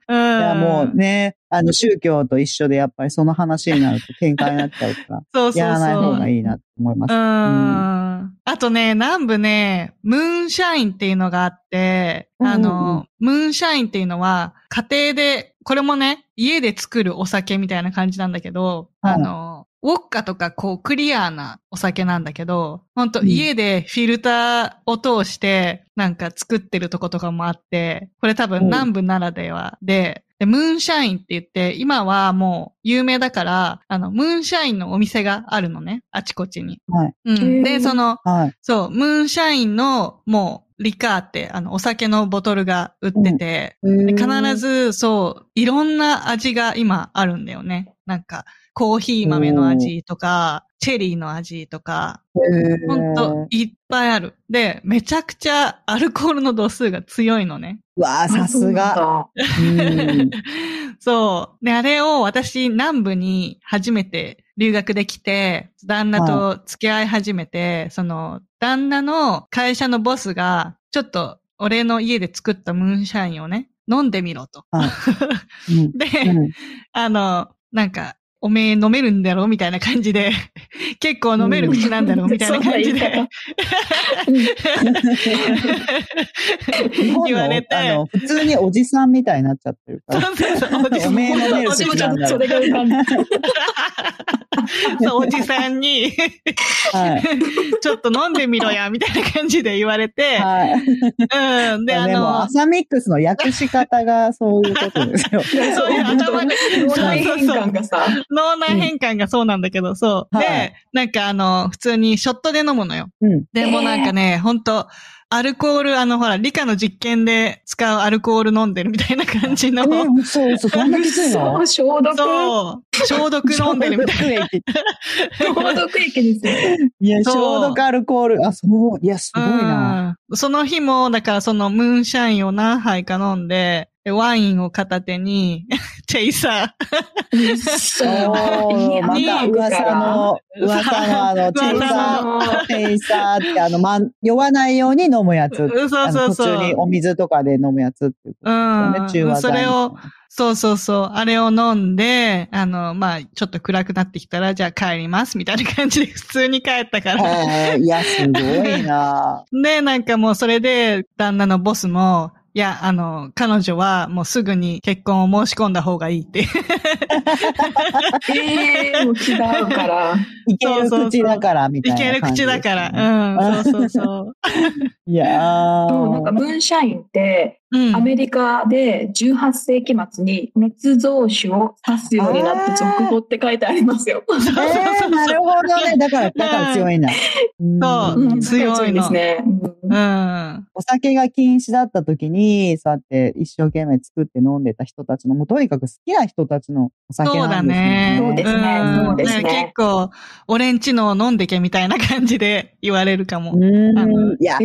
B: や、
A: や
B: もうね、あの、宗教と一緒でやっぱりその話になると喧嘩になっちゃうから、
A: そうそうそう。
B: やらない方がいいなと思います。
A: うん。あとね、南部ね、ムーンシャインっていうのがあって、あ
B: うんうんう
A: の、ムーンシャインっていうのは、家庭で、これもね、家で作るお酒みたいな感じなんだけど、
B: はい
A: あの、ウォッカとかこうクリアーなお酒なんだけど、ほんと
B: うん
A: 家でフィルターを通してなんか作ってるとことかもあって、これ多分南部ならではで、で、ムーンシャインって言って、今はもう有名だから、あの、ムーンシャインのお店があるのね、あちこちに。
B: はい。
A: うん。
C: へー
A: で、その、
B: はい。
A: そう、ムーンシャインの、もう、リカーって、あの、お酒のボトルが売ってて、で必ず、そう、いろんな味が今あるんだよね。なんか、コーヒー豆の味とか、チェリーの味とか、
B: ず
A: ほんと、いっぱいある。で、めちゃくちゃアルコールの度数が強いのね。
B: うわあ、さすが。
C: が。
B: うん
A: そう。で、あれを私、南部に初めて留学できて、旦那と付き合い始めて、その、旦那の会社のボスが、ちょっと、俺の家で作ったムーンシャインをね、飲んでみろと。
B: はいうん
A: で、
B: うん
A: あの、なんか、おめえ飲めるんだろみたいな感じで、 結構飲める口なんだろみたいな感じで、
B: 日本
A: 言われ
B: の
A: て、
B: あの、普通におじさんみたいになっちゃってるから。
A: そうそうそうおじさ
B: お
A: ん
B: めえ飲める
C: 私も
B: 口
C: ちょ
B: な
C: っ
B: ん
C: と
B: だ
C: そ
B: ろう
C: れが浮かんだ。
A: そうおじさんに、
B: はい。
A: ちょっと飲んでみろや、みたいな感じで言われて、
B: はい。
A: うん。で、あ
B: でも、
A: の、
B: 朝ミックスの訳し方が そういうことで すよ。
A: そういう頭で
C: 脳内変換がさ。
A: 脳内変換がそうなんだけど、そう。
B: はい
A: で、なんかあの、普通にショットで飲むのよ。
B: うん。
A: でもなんかね、ほんと、アルコール、あの、ほら、理科の実験で使うアルコール飲んでるみたいな感じ
B: え
A: の、
B: ー、そうそう、そんなきつい
C: そ
B: の
C: う、消毒。
A: そう、消毒飲んでる みたいな。
B: いな。
C: 消毒液ですよ。
B: いや、
A: そう
B: 消毒アルコール。あ、そう。いや、すごい
A: う
B: な。
A: んその日も、だからそのムーンシャインを何杯か飲んで、でワインを片手に、 チェイサー。
C: そ
B: そう。また噂の、噂のあの、チェイ
A: 噂
B: サ ー、チェイサーってあの、まん、酔わないように飲むやつ。
A: うんそ
B: あ
A: うそ
B: の
A: う
B: 途
A: そう。
B: 中にお水とかで飲むやつっていうことですよね。中
A: う
B: 和
A: ん。
B: 剤
A: それを
B: み、たいな
A: そうそうそう。あれを飲んで、あの、まあ、ちょっと暗くなってきたら、じゃあ帰ります、みたいな感じで普通に帰ったから。
B: へーいや、すごい な。
A: で、なんかもうそれで、旦那のボスも、いや、あの、彼女はもうすぐに結婚を申し込んだ方がいいって。
C: ええもう気が合うから。
B: いける口だから、みた
A: いけ
B: いな
A: る
B: 感じ
A: 口
B: ですね。
A: だから。うん、そうそうそう。
B: いやー
C: そうなんかムーンシャインって、
A: うん
C: アメリカで18世紀末に密造酒を指すようになって俗語って書いてありますよ。
A: そうそうそう
B: え
A: そ
B: ー、
A: う
B: なるほどね。だから、だから強いんだ。
A: そ
B: うん
C: うん
A: 強いの
C: 強いですね。うん
A: うん。
B: お酒が禁止だった時に、そうやって一生懸命作って飲んでた人たちの、もうとにかく好きな人たちのお酒
A: そう
B: な
A: だ
B: んです
A: ね。
B: よね。
C: そうですね
A: ん
C: そうですね
A: だから結構、俺んちのを飲んでけみたいな感じで言われるかも。あ
B: う
A: の
B: ん。いや、
C: え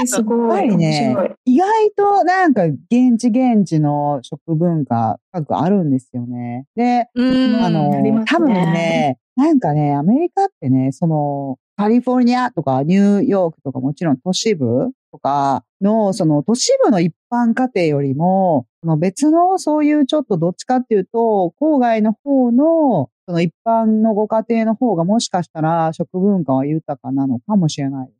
C: ー、すご
B: やっぱ
C: い。
B: り
C: 面
B: ね
C: 白い。
B: 意外となんか現地現地の食文化各あるんですよね。で、
A: うん。
B: あ
C: あり
B: の、
C: ますね
B: 多分ね、なんかね、アメリカってね、その、カリフォルニアとかニューヨークとかもちろん都市部とかの、その都市部の一般家庭よりも、その別のそういうちょっとどっちかっていうと、郊外の方の、その一般のご家庭の方がもしかしたら食文化は豊かなのかもしれない。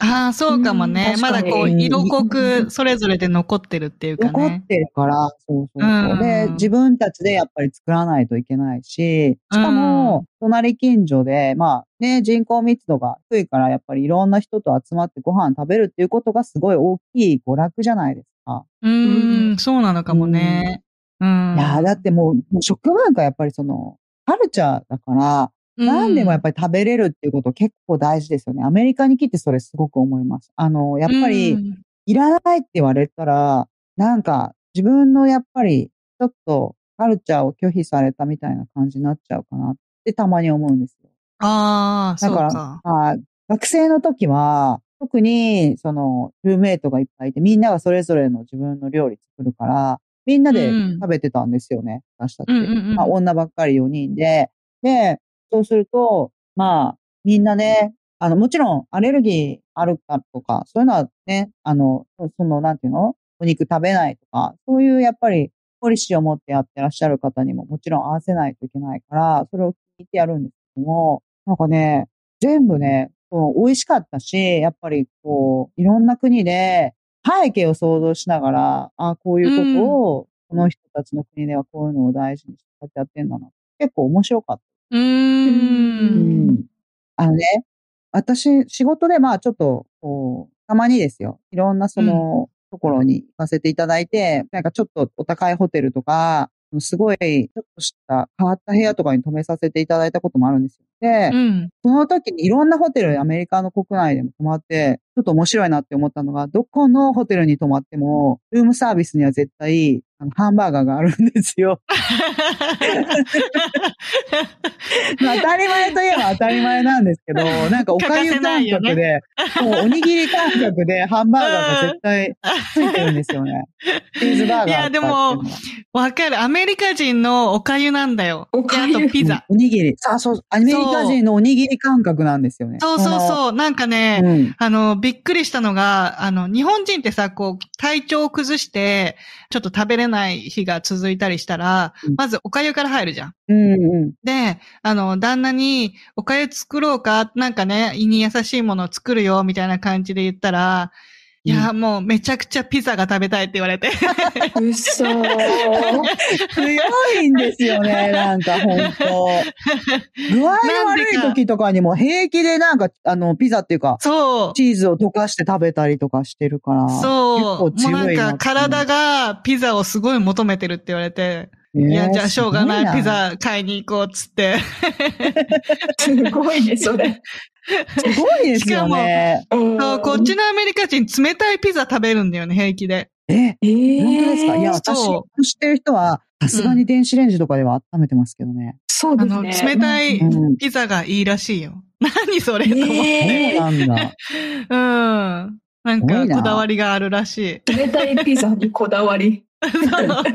A: ああ、そうかもね。
C: うん
A: まだこ
B: 確か
A: う、
B: に
A: 色濃くそれぞれで残ってるっていうか
B: 残っ
A: ね。
B: てるから、そうそうそう。
A: うん
B: で、自分たちでやっぱり作らないといけないし、しか
A: う
B: も、隣近所で、まあね、人口密度が低いから、やっぱりいろんな人と集まってご飯食べるっていうことがすごい大きい娯楽じゃないですか。
A: うーん、そうなのかもね。うん。
B: いやーだってもう、もう食文化やっぱりその、カルチャーだから、
A: うん
B: 何でもやっぱり食べれるっていうこと結構大事ですよね。アメリカに来てそれすごく思います。あの、やっぱり、
A: うん
B: いらないって言われたら、なんか自分のやっぱりちょっとカルチャーを拒否されたみたいな感じになっちゃうかなってたまに思うんですよ。
A: ああ、そ
B: だ
A: う
B: から
A: か。
B: はい学生の時は、特にそのルーメイトがいっぱいいて、みんながそれぞれの自分の料理作るから、みんなで
A: うん
B: 食べてたんですよね、私たち。
A: うんうんうん
B: まあ女ばっかり4人で。で、そうすると、まあ、みんなね、あの、もちろんアレルギーあるかとか、そういうのはね、あの、その、なんていうのお肉食べないとか、そういうやっぱりポリシーを持ってやってらっしゃる方にももちろん合わせないといけないから、それを聞いてやるんですけども、なんかね、全部ね、こう美味しかったし、やっぱりこう、いろんな国で背景を想像しながら、あこういうことを、この人たちの国ではこういうのを大事にしてこうやってやってんだな。結構面白かった。
A: うー。
C: うんん
B: あのね、私、仕事でまあちょっと、こう、たまにですよ。いろんなその、ところに行かせていただいて、なんかちょっとお高いホテルとか、すごい、ちょっとした変わった部屋とかに泊めさせていただいたこともあるんですよ。で、
A: うん。
B: その時にいろんなホテル、アメリカの国内でも泊まって、ちょっと面白いなって思ったのが、どこのホテルに泊まっても、ルームサービスには絶対、あのハンバーガーがあるんで すよ。まあ当たり前といえば当たり前なんですけど、なんかおかゆ感
A: 欠かせ
B: 覚で、もうおにぎり感覚でハンバーガーが絶対ついてるんですよね。チーズバーガーとかってうのは。
A: いやでもわかる。アメリカ人のお粥なんだよ。
C: お粥
A: であとピザ。
B: うん。おにぎり。さあ、そう、アメリカ人のおにぎり感覚なんですよね。
A: そうそうそう。なんかね、
B: うん。
A: あの、びっくりしたのが、あの、日本人ってさ、こう、体調を崩して、ちょっと食べれない日が続いたりしたら、
B: うん
A: まずお粥から入るじゃん。
B: うんうん。
A: で、あの、旦那に、お粥作ろうか、なんかね、胃に優しいものを作るよ、みたいな感じで言ったら、いや、もうめちゃくちゃピザが食べたいって言われて。
C: うそ
B: 強いんですよ ね、なんか本当具合の悪い時とかにも平気でなんか、あの、ピザっていうか、
A: そう。
B: チーズを溶かして食べたりとかしてるから。
A: そう。
B: 結
A: もうな
B: 構強
A: ん
B: いな
A: か体
B: が、
A: がピザをすごい求めてるって言われて、いや、じゃあしょうがない、ピ。ザ買いに行こうっつって。
C: すごいね、それ。
B: すごいですよね。
A: そう、こっちのアメリカ人冷たいピザ食べるんだよね、平気で。
B: え、
C: えー
B: 本当ですかいや、私
A: そう
B: の知ってる人は、さすがに電子レンジとかでは温めてますけどね。
C: そう
A: あ
C: です
A: の、
C: ね。
A: 冷たい
B: うん
A: ピザがいいらしいよ。 何それと思って。
C: えー
B: そうなんだ。
A: うん。なん
B: すご
A: か、
B: いな
A: こだわりがあるらしい。
C: 冷たいピザにこだわり。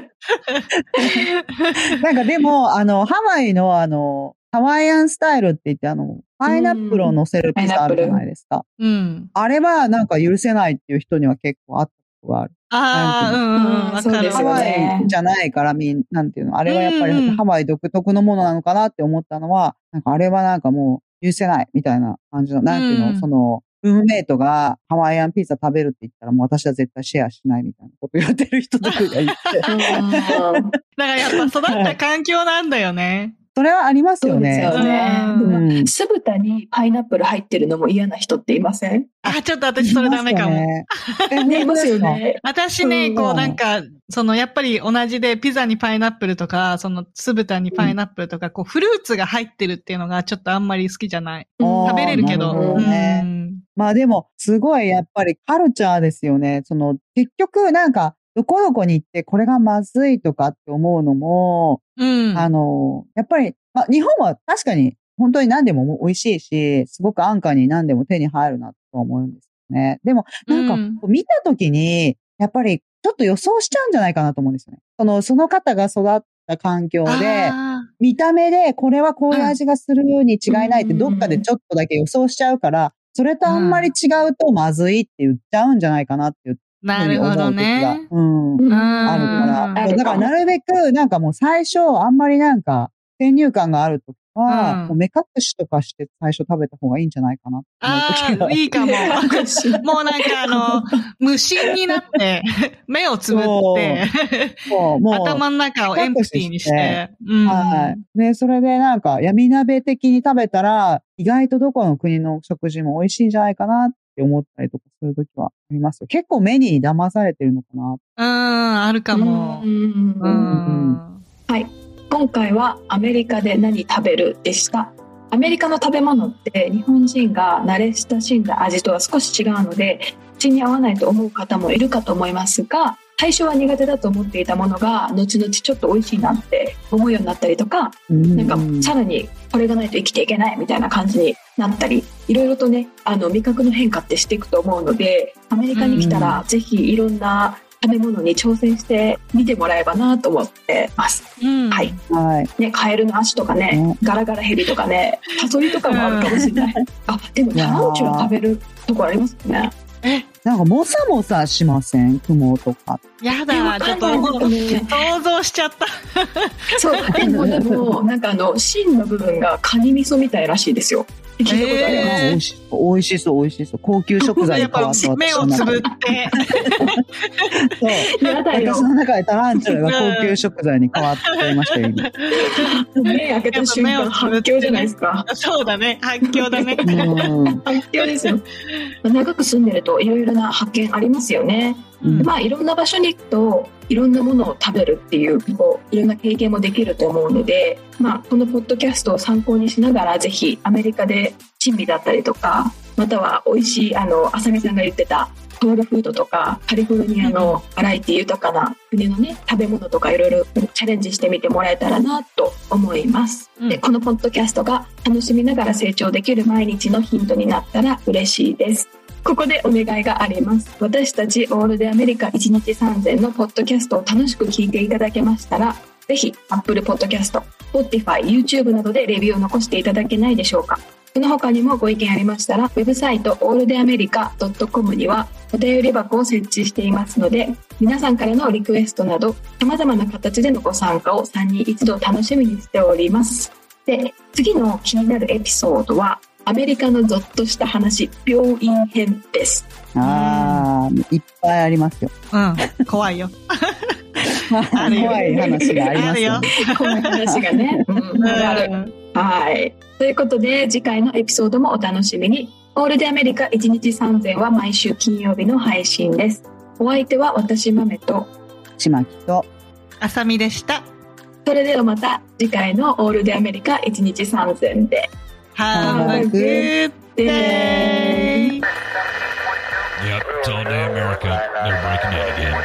B: なんかでも、あの、ハワイのあの、ハワイアンスタイルって言って、あの、パイナップルを乗せるピザあるじゃないですか。
A: うん。
B: あれはなんか許せないっていう人には結構あったことがある。
A: ああ、うんうん、
C: うん
A: わ
C: そう
A: か
C: で
A: る
C: す
B: ハ
C: よ
B: ワ
C: ね
B: イじゃないから、みん、なんていうの、あれはやっぱ
A: うんう
B: り
A: ん
B: ハワイ独特のものなのかなって思ったのは、なんかあれはなんかもう許せないみたいな感じの、なんていうの、
A: うん
B: その、ルームメイトがハワイアンピザ食べるって言ったらもう私は絶対シェアしないみたいなこと言 ってる人とかがいて。
C: う ん
A: だからやっぱ育った環境なんだよね。
B: それはありますよね。
C: そうですよね。
A: う
C: で
A: ん
B: うん
C: も、酢豚にパイナップル入ってるのも嫌な人っていません
A: あ、ちょっと私それダメかも。
B: え
C: いますよ。ね。
A: 私ね、
C: うん
A: こうなんか、そのやっぱり同じでピザにパイナップルとか、その酢豚にパイナップルとか、こうフルーツが入ってるっていうのがちょっとあんまり好きじゃない。
B: あー
A: 食べれるけど。
B: なるほどね
A: うん
B: まあでも、すごいやっぱりカルチャーですよね。その、結局なんか、どこどこに行ってこれがまずいとかって思うのも、
A: うん。
B: あの、やっぱり、まあ日本は確かに本当に何でも美味しいし、すごく安価に何でも手に入るなとは思うんですよね。でも、なんか
A: うん
B: こう見た時に、やっぱりちょっと予想しちゃうんじゃないかなと思うんですよね。その、その方が育った環境で、
A: あ
B: 見た目でこれはこういう味がするに違いないって
C: うん
B: どっかでちょっとだけ予想しちゃうから、それとあんまり違うとまずいって言っちゃうんじゃないかなっていう
A: ー
B: ふ
A: な
B: うに
A: る
B: 思う
A: ほ
B: 時が、
A: どね。
B: うん、
C: うん
B: ある
A: うん
B: から。
C: あるかも
B: だからなるべくなんかもう最初あんまりなんか先入観があるときは、
A: うん
B: もう目隠しとかして最初食べた方がいいんじゃないかなって
A: あ
B: 思う時が
A: あ、 いいかも。もうなんかあの、無心になって、 目をつぶって、
B: もう、もう
A: 頭の中をエンプティーにして、うん
B: はい。ね、それでなんか闇鍋的に食べたら、意外とどこの国の食事も美味しいんじゃないかなって思ったりとかするときはありますよ。結構メニューに騙されてるのか
A: う
B: な。
A: ん、あるかも
C: う。ん
A: う
B: うん
A: ん。
C: 今回はアメリカで何食べるでした。アメリカの食べ物って日本人が慣れ親しんだ味とは少し違うので口に合わないと思う方もいるかと思いますが最初は苦手だと思っていたものが後々ちょっと美味しいなって思うようになったりとかなんかさらにこれがないと生きていけないみたいな感じになったりいろいろとねあの味覚の変化ってしていくと思うのでアメリカに来たらぜひいろんな食べ物に挑戦してみてもらえばなと思ってます。
A: うん。
C: はい
B: はい。
C: ね、カエルの足とかね、ガラガラヘビとかね、サソリとかもあるかもしれない。 あ、でもタランチュラ食べるとこありますよね。
B: なんかもさもさしません雲とか。
A: や
C: え
A: だ、
C: わ
A: ちょ
C: か
A: っ
C: んない
A: ともう
C: ね。
A: 想像しちゃった。
C: そう、でもでも、なんかあの芯の部分がカニ味噌みたいらしいですよ。聞いたことあり
A: え
C: ま
A: ー
C: す。
B: なんか美味しそう、美味しそう、美味しそう。高級食材
A: や
B: に
A: っ
B: 変
A: ぱ
B: わった私の中で。
A: 目をつぶって。
B: そう。
C: やだよ
B: 私。の中でタランチュラが高級食材に変わっていましたよ、今。
C: 目開けた瞬
A: やっ
C: 間
A: ぱ目をつぶって
C: 発狂じゃないですか。
A: そうだね、発狂だね。
B: うん。
C: 発狂です よ。長く住んでるといろいろな発見ありますよね。
B: うん
C: まあ、いろんな場所に行くといろんなものを食べるっていうこういろんな経験もできると思うので、まあ、このポッドキャストを参考にしながらぜひアメリカで珍味だったりとかまたは美味しいあの浅見さんが言ってたソウルフードとかカリフォルニアのバラエティ豊かな国のね食べ物とかいろいろチャレンジしてみてもらえたらなと思います、
A: うん
C: でこのポッドキャストが楽しみながら成長できる毎日のヒントになったら嬉しいですここでお願いがあります。私たちオールでアメリカ1日3000のポッドキャストを楽しく聞いていただけましたら、ぜひ Apple Podcast、Spotify、YouTube などでレビューを残していただけないでしょうか。その他にもご意見ありましたら、ウェブサイトオールデアメリカ .com にはお便り箱を設置していますので、皆さんからのリクエストなど、様々な形でのご参加を3人一度楽しみにしております。で、次の気になるエピソードは、アメリカのゾッとした話、病院編 です。
B: ああ、いっぱいありますよ。
A: うん、怖いよ。あるよ
B: 怖い話があり
A: あ
B: ます
A: る
B: よ
A: よ。
B: ね。
C: こういう話がね。うん、ある。はい。ということで、次回のエピソードもお楽しみに。オールでアメリカ1日3000は毎週金曜日の配信です。お相手は私、マメと。
B: ちまきと。
A: あさみでした。
C: それではまた次回のオールでアメリカ1日3000で。
A: Have a good day!
D: Yep, it's all day America. They're breaking in again.